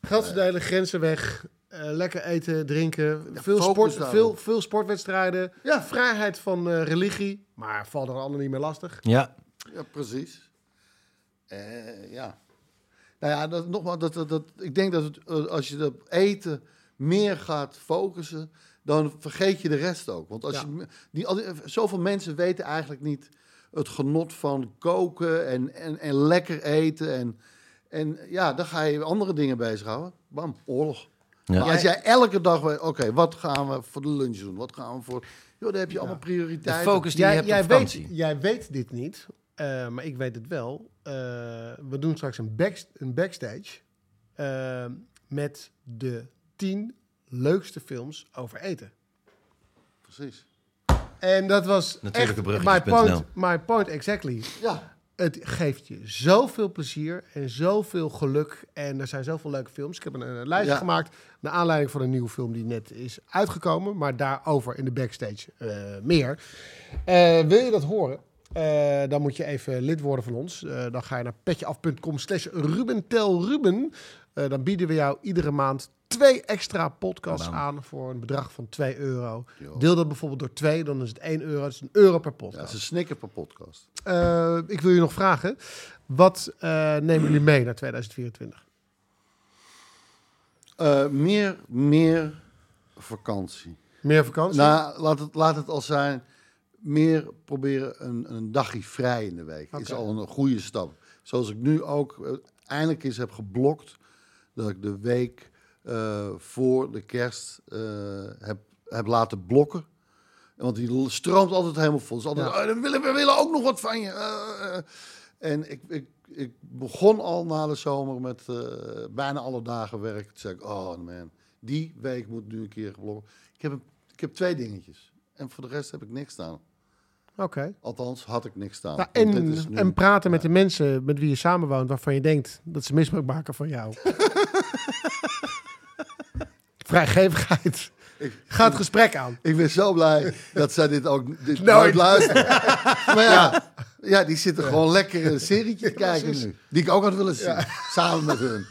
Speaker 5: Geld
Speaker 4: Eh.
Speaker 5: verdelen, grenzen weg, eh, lekker eten, drinken, veel,
Speaker 3: focus
Speaker 5: sport,
Speaker 3: daarop.
Speaker 5: veel, veel sportwedstrijden,
Speaker 3: Ja.
Speaker 5: vrijheid van eh, religie, maar valt er allemaal niet meer lastig.
Speaker 4: ja,
Speaker 3: Ja, ja, precies. Eh, ja. Nou ja, dat, nogmaals, dat, dat, dat, ik denk dat het, eh, als je op eten meer gaat focussen, dan vergeet je de rest ook. Want als
Speaker 5: Ja.
Speaker 3: je, me- die, al die- zoveel mensen weten eigenlijk niet het genot van koken en, en, en lekker eten. En, en ja, dan ga je andere dingen bezighouden. Bam, oorlog.
Speaker 4: Ja.
Speaker 3: Maar als jij elke dag weet, oké, wat gaan we voor de lunch doen? Wat gaan we voor... Joh, dan heb je allemaal
Speaker 4: de
Speaker 3: prioriteiten.
Speaker 4: focus die je hebt op
Speaker 5: weet,
Speaker 4: vakantie.
Speaker 5: jij weet dit niet, eh, maar ik weet het wel. Eh, we doen straks een, back, een backstage eh, met de tien leukste films over eten.
Speaker 3: Precies.
Speaker 5: En dat was
Speaker 4: Natuurlijke
Speaker 5: echt my
Speaker 4: bruggetjes.nl.
Speaker 5: point, my point exactly.
Speaker 3: Ja.
Speaker 5: Het geeft je zoveel plezier en zoveel geluk. En er zijn zoveel leuke films. Ik heb een, een lijstje
Speaker 3: Ja.
Speaker 5: gemaakt naar aanleiding van een nieuwe film die net is uitgekomen. Maar daarover in de backstage eh, meer. Eh, wil je dat horen? Eh, dan moet je even lid worden van ons. Eh, dan ga je naar petjeaf.com slash rubentelruben. Eh, dan bieden we jou iedere maand twee extra podcasts aan voor een bedrag van 2 euro. Deel dat bijvoorbeeld door twee, dan is het 1 euro. Dat is een euro per podcast.
Speaker 3: Dat is een snikker per podcast.
Speaker 5: Eh, ik wil je nog vragen. Wat eh, nemen jullie mee naar 2024?
Speaker 3: Eh, meer, meer vakantie.
Speaker 5: Meer vakantie?
Speaker 3: Nou, laat het, laat het al zijn. Meer proberen een, een dagje vrij in de week. Is
Speaker 5: Oké.
Speaker 3: al een goede stap. Zoals ik nu ook eh, eindelijk eens heb geblokt. Dat ik de week eh, voor de kerst eh, heb, heb laten blokken. Want die stroomt altijd helemaal vol. Dus altijd, "Oh, we, willen, we willen ook nog wat van je. Eh, eh. en ik, ik, ik begon al na de zomer met eh, bijna alle dagen werk. Toen zei ik, oh man, die week moet nu een keer geblokken. Ik heb, een- ik heb twee dingetjes. En voor de rest heb ik niks staan.
Speaker 5: Oké.
Speaker 3: Althans, had ik niks staan.
Speaker 5: Nou,
Speaker 3: Want
Speaker 5: en,
Speaker 3: dit is nu-
Speaker 5: en praten met de mensen met wie je samenwoont... waarvan je denkt dat ze misbruik maken van jou. Vrijgevigheid. Ga het gesprek aan.
Speaker 3: Ik ben zo blij dat zij dit ook dit
Speaker 5: Nooit.
Speaker 3: nooit luisteren. maar ja, ja, die zitten gewoon lekker een serietje te kijken
Speaker 5: precies.
Speaker 3: nu. Die ik ook had willen zien. Samen met hun.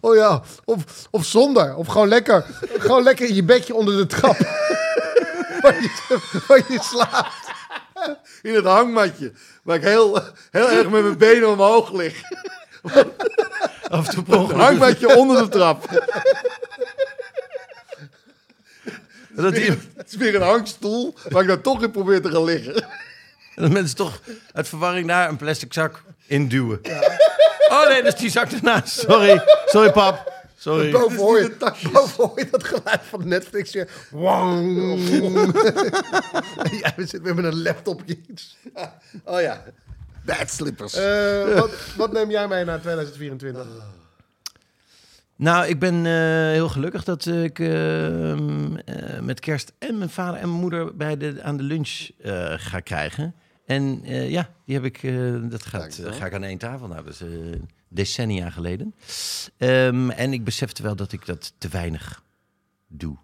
Speaker 5: Oh ja, of, of zonder. Of gewoon lekker, gewoon lekker in je bedje onder de trap. waar, je, waar je slaapt.
Speaker 3: In het hangmatje. Waar ik heel, heel erg met mijn benen omhoog lig.
Speaker 4: Af en toe
Speaker 3: Een hangmatje onder de trap.
Speaker 4: Dat,
Speaker 3: Het is weer een hangstoel waar ik dan toch in probeer te gaan liggen.
Speaker 4: En dat mensen toch uit verwarring daar een plastic zak induwen. Oh nee, dat is die zak ernaast. Sorry. Sorry, pap. Sorry.
Speaker 5: Boven hoor, je, boven hoor je dat geluid van Netflix weer. Wang. ja, we zitten weer met een laptopje iets.
Speaker 3: Oh ja, bad slippers.
Speaker 5: Eh, wat, wat neem jij mee naar 2024?
Speaker 4: Nou, ik ben eh, heel gelukkig dat ik eh, eh, met kerst en mijn vader en mijn moeder bij de, aan de lunch eh, ga krijgen. En eh, ja, die heb ik, eh, dat gaat,
Speaker 3: Dankjewel.
Speaker 4: ga ik aan één tafel. Nou, dat is eh, decennia geleden. Ehm, en ik besefte wel dat ik dat te weinig doe.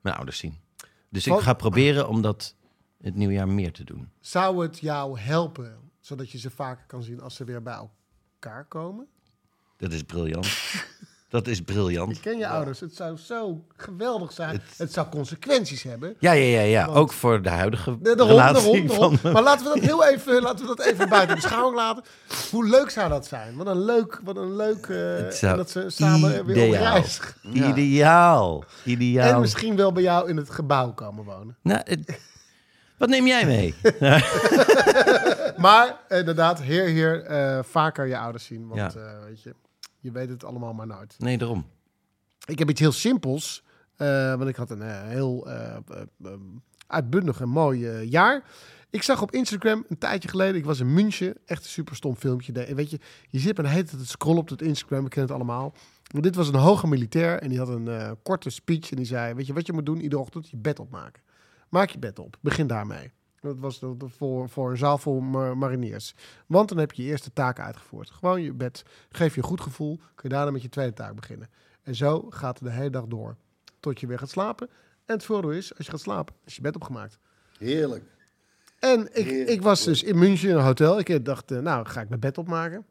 Speaker 4: Mijn ouders zien. Dus
Speaker 5: Wat-
Speaker 4: ik ga proberen om dat het nieuwjaar meer te doen.
Speaker 5: Zou het jou helpen, zodat je ze vaker kan zien als ze weer bij elkaar komen?
Speaker 4: Dat is briljant. dat is briljant.
Speaker 5: Ik ken je ouders, het zou zo geweldig zijn. Het, zou consequenties hebben.
Speaker 4: Ja, ja, ja, ja. Ook voor de huidige
Speaker 5: De, de hond, de
Speaker 4: relatie
Speaker 5: hond, de hond.
Speaker 4: van...
Speaker 5: Maar laten we dat heel even, laten we dat even buiten beschouwing laten. Hoe leuk zou dat zijn? Wat een leuk, wat een leuk eh,
Speaker 4: Het zou
Speaker 5: dat ze samen weer op
Speaker 4: ideaal.
Speaker 5: reis.
Speaker 4: Ideaal. Ideaal.
Speaker 5: En misschien wel bij jou in het gebouw komen wonen.
Speaker 4: Nou, het- wat neem jij mee?
Speaker 5: Maar eh, inderdaad, heer, heer, eh, vaker je ouders zien. Want
Speaker 4: Ja.
Speaker 5: eh, weet je, je weet het allemaal maar nooit.
Speaker 4: Nee, daarom.
Speaker 5: Ik heb iets heel simpels. eh, want ik had een eh, heel eh, eh, eh, uitbundig en mooi eh, jaar. Ik zag op Instagram een tijdje geleden, ik was in München, echt een super stom filmpje. De- Weet je, je zit maar de hele tijd te scrollen op dat Instagram, we kennen het allemaal. Maar dit was een hoge militair en die had een eh, korte speech en die zei, weet je wat je moet doen? Iedere ochtend je bed opmaken. Maak je bed op, begin daarmee. Dat was dat voor, voor een zaal vol ma- mariniers. Want dan heb je je eerste taak uitgevoerd. Gewoon je bed, geef je een goed gevoel, kun je daarna met je tweede taak beginnen. En zo gaat het de hele dag door. Tot je weer gaat slapen. En het voordeel is, als je gaat slapen, is je bed opgemaakt.
Speaker 3: Heerlijk.
Speaker 5: En ik, ik was dus in München in een hotel. Ik dacht, eh, nou ga ik mijn bed opmaken.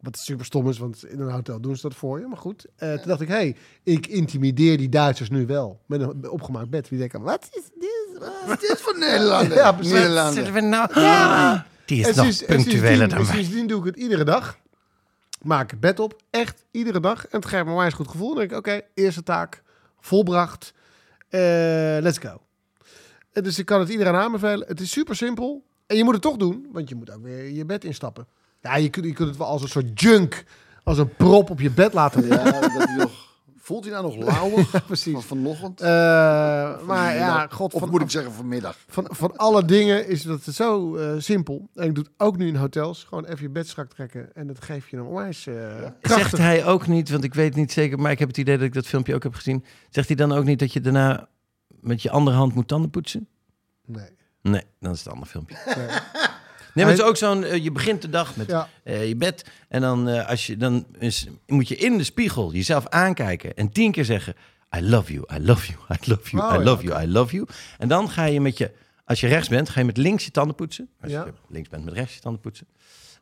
Speaker 5: Wat super stom is, want in een hotel doen ze dat voor je. Maar goed, Eh, toen dacht ik, hé, hey, ik intimideer die Duitsers nu wel. Met een opgemaakt bed. Wie denken, wat is dit? Wat
Speaker 3: Dit is voor Nederlander.
Speaker 5: Ja, precies.
Speaker 3: Nederlander.
Speaker 4: we nou... Die is
Speaker 5: En
Speaker 4: nog
Speaker 5: sinds- en
Speaker 4: punctueler
Speaker 5: sindsdien-
Speaker 4: dan wij.
Speaker 5: Sindsdien doe ik het iedere dag. Maak het bed op. Echt iedere dag. En het geeft me eens goed gevoel. Dan denk ik, oké, eerste taak. Volbracht. Eh, let's go. En dus ik kan het iedereen aanbevelen. Het is super simpel. En je moet het toch doen. Want je moet ook weer je bed instappen. Ja, je kunt, je kunt het wel als een soort junk. Als een prop op je bed laten liggen.
Speaker 3: Ja, dat hij nog... Voelt hij nou nog lauwig?
Speaker 5: precies.
Speaker 3: Van vanochtend?
Speaker 5: Eh, maar
Speaker 4: Nou,
Speaker 5: ja,
Speaker 3: Vanmiddag.
Speaker 5: god,
Speaker 3: Of
Speaker 5: van-
Speaker 3: moet ik zeggen vanmiddag?
Speaker 5: van, van alle dingen is dat zo eh, simpel. En ik doe het ook nu in hotels. Gewoon even je bed strak trekken. En dat geeft je een onwijs eh krachtig.
Speaker 4: Zegt hij ook niet, want ik weet niet zeker, maar ik heb het idee dat ik dat filmpje ook heb gezien. Zegt hij dan ook niet dat je daarna met je andere hand moet tanden poetsen?
Speaker 5: Nee.
Speaker 4: Nee, dan is het een ander filmpje.
Speaker 5: Nee.
Speaker 4: Nee, maar het is ook zo'n, eh, je begint de dag met
Speaker 5: Ja.
Speaker 4: eh, je bed. En dan, eh, als je, dan is, moet je in de spiegel jezelf aankijken en tien keer zeggen... I love you, I love you, I love you,
Speaker 5: Oh, ja,
Speaker 4: I love you, I love you. En dan ga je met je, als je rechts bent, ga je met links je tanden poetsen. Als
Speaker 5: Ja.
Speaker 4: je links bent, met rechts je tanden poetsen.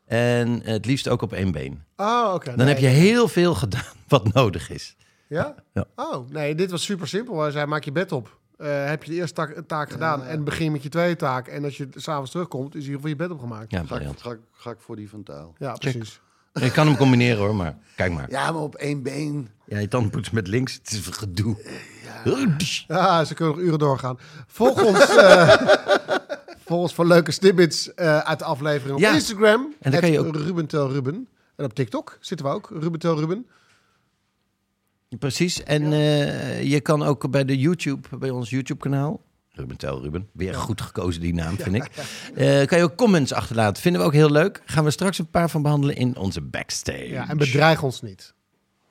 Speaker 4: En eh, het liefst ook op één been.
Speaker 5: Oh, oké.
Speaker 4: Dan heb je
Speaker 5: nee.
Speaker 4: heel veel gedaan wat nodig is.
Speaker 5: Ja?
Speaker 4: Ja.
Speaker 5: Oh, nee, dit was super simpel. Hij zei, maak je bed op. Eh, heb je de eerste taak, taak gedaan en begin met je tweede taak. En als je s'avonds terugkomt, is in ieder geval je bed opgemaakt.
Speaker 4: Ja,
Speaker 3: Ga ik,
Speaker 4: briljant.
Speaker 3: ga, ik- ga ik voor die van taal.
Speaker 5: Ja, precies.
Speaker 4: Ik kan hem combineren hoor, maar kijk maar.
Speaker 3: Ja, maar op één been.
Speaker 4: Ja, je tanden poetsen met links, het is een gedoe.
Speaker 5: Ja, Ah, ze kunnen nog uren doorgaan. Volg ons, eh, volg ons voor leuke snippets eh, uit de aflevering op
Speaker 4: Ja.
Speaker 5: Instagram.
Speaker 4: En dan kan je
Speaker 5: Het
Speaker 4: ook-
Speaker 5: Ruben Tel Ruben. En op TikTok zitten we ook, Ruben Tel Ruben.
Speaker 4: Precies. En eh, je kan ook bij de YouTube, bij ons YouTube-kanaal. Ruben Tel Ruben. Weer goed gekozen die naam, vind ik. Eh, kan je ook comments achterlaten. Vinden we ook heel leuk. Gaan we straks een paar van behandelen in onze backstage.
Speaker 5: Ja, en bedreig ons niet.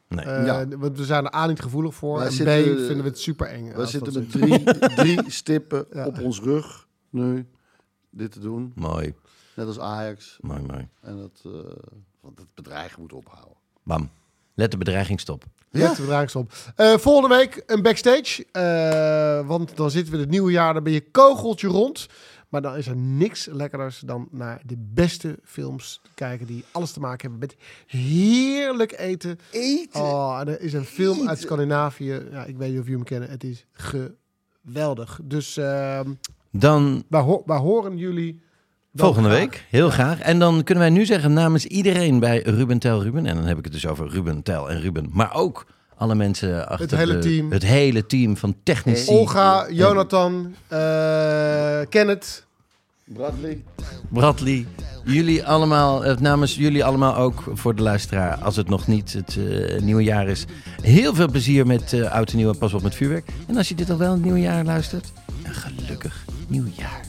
Speaker 4: Nee.
Speaker 5: Eh,
Speaker 3: Ja.
Speaker 5: Want we zijn er A niet gevoelig voor.
Speaker 3: Wij
Speaker 5: en
Speaker 3: zitten-
Speaker 5: B vinden we het super eng.
Speaker 3: We zitten met drie, drie stippen op ons rug nu dit te doen.
Speaker 4: Mooi,
Speaker 3: Net als Ajax.
Speaker 4: mooi, mooi.
Speaker 3: En dat, eh, want het bedreigen moet ophouden.
Speaker 4: Bam. Let de bedreiging stop.
Speaker 5: Ja. Met de bedrijfsop. Eh, volgende week een backstage. eh, want dan zitten we in het nieuwe jaar. Dan ben je kogeltje rond. Maar dan is er niks lekkerders dan naar de beste films te kijken. Die alles te maken hebben met heerlijk eten.
Speaker 3: Eten.
Speaker 5: Oh, en er is een film uit Scandinavië. Ja, ik weet niet of jullie hem kennen. Het is geweldig. Dus ehm
Speaker 4: Dan
Speaker 5: waar, ho- waar horen jullie? dan
Speaker 4: volgende
Speaker 5: graag?
Speaker 4: week. Heel graag. En dan kunnen wij nu zeggen namens iedereen bij Ruben Tel Ruben. En dan heb ik het dus over Ruben Tel en Ruben. Maar ook alle mensen achter
Speaker 5: hele
Speaker 4: de-
Speaker 5: team.
Speaker 4: Het hele team van technici.
Speaker 5: Olga, Jonathan, eh Kenneth.
Speaker 3: Bradley.
Speaker 4: Bradley, jullie allemaal, eh, namens jullie allemaal ook voor de luisteraar, als het nog niet het eh, nieuwe jaar is. Heel veel plezier met eh oud en nieuw en pas op met vuurwerk. En als je dit al wel in het nieuwe jaar luistert, een gelukkig nieuwjaar.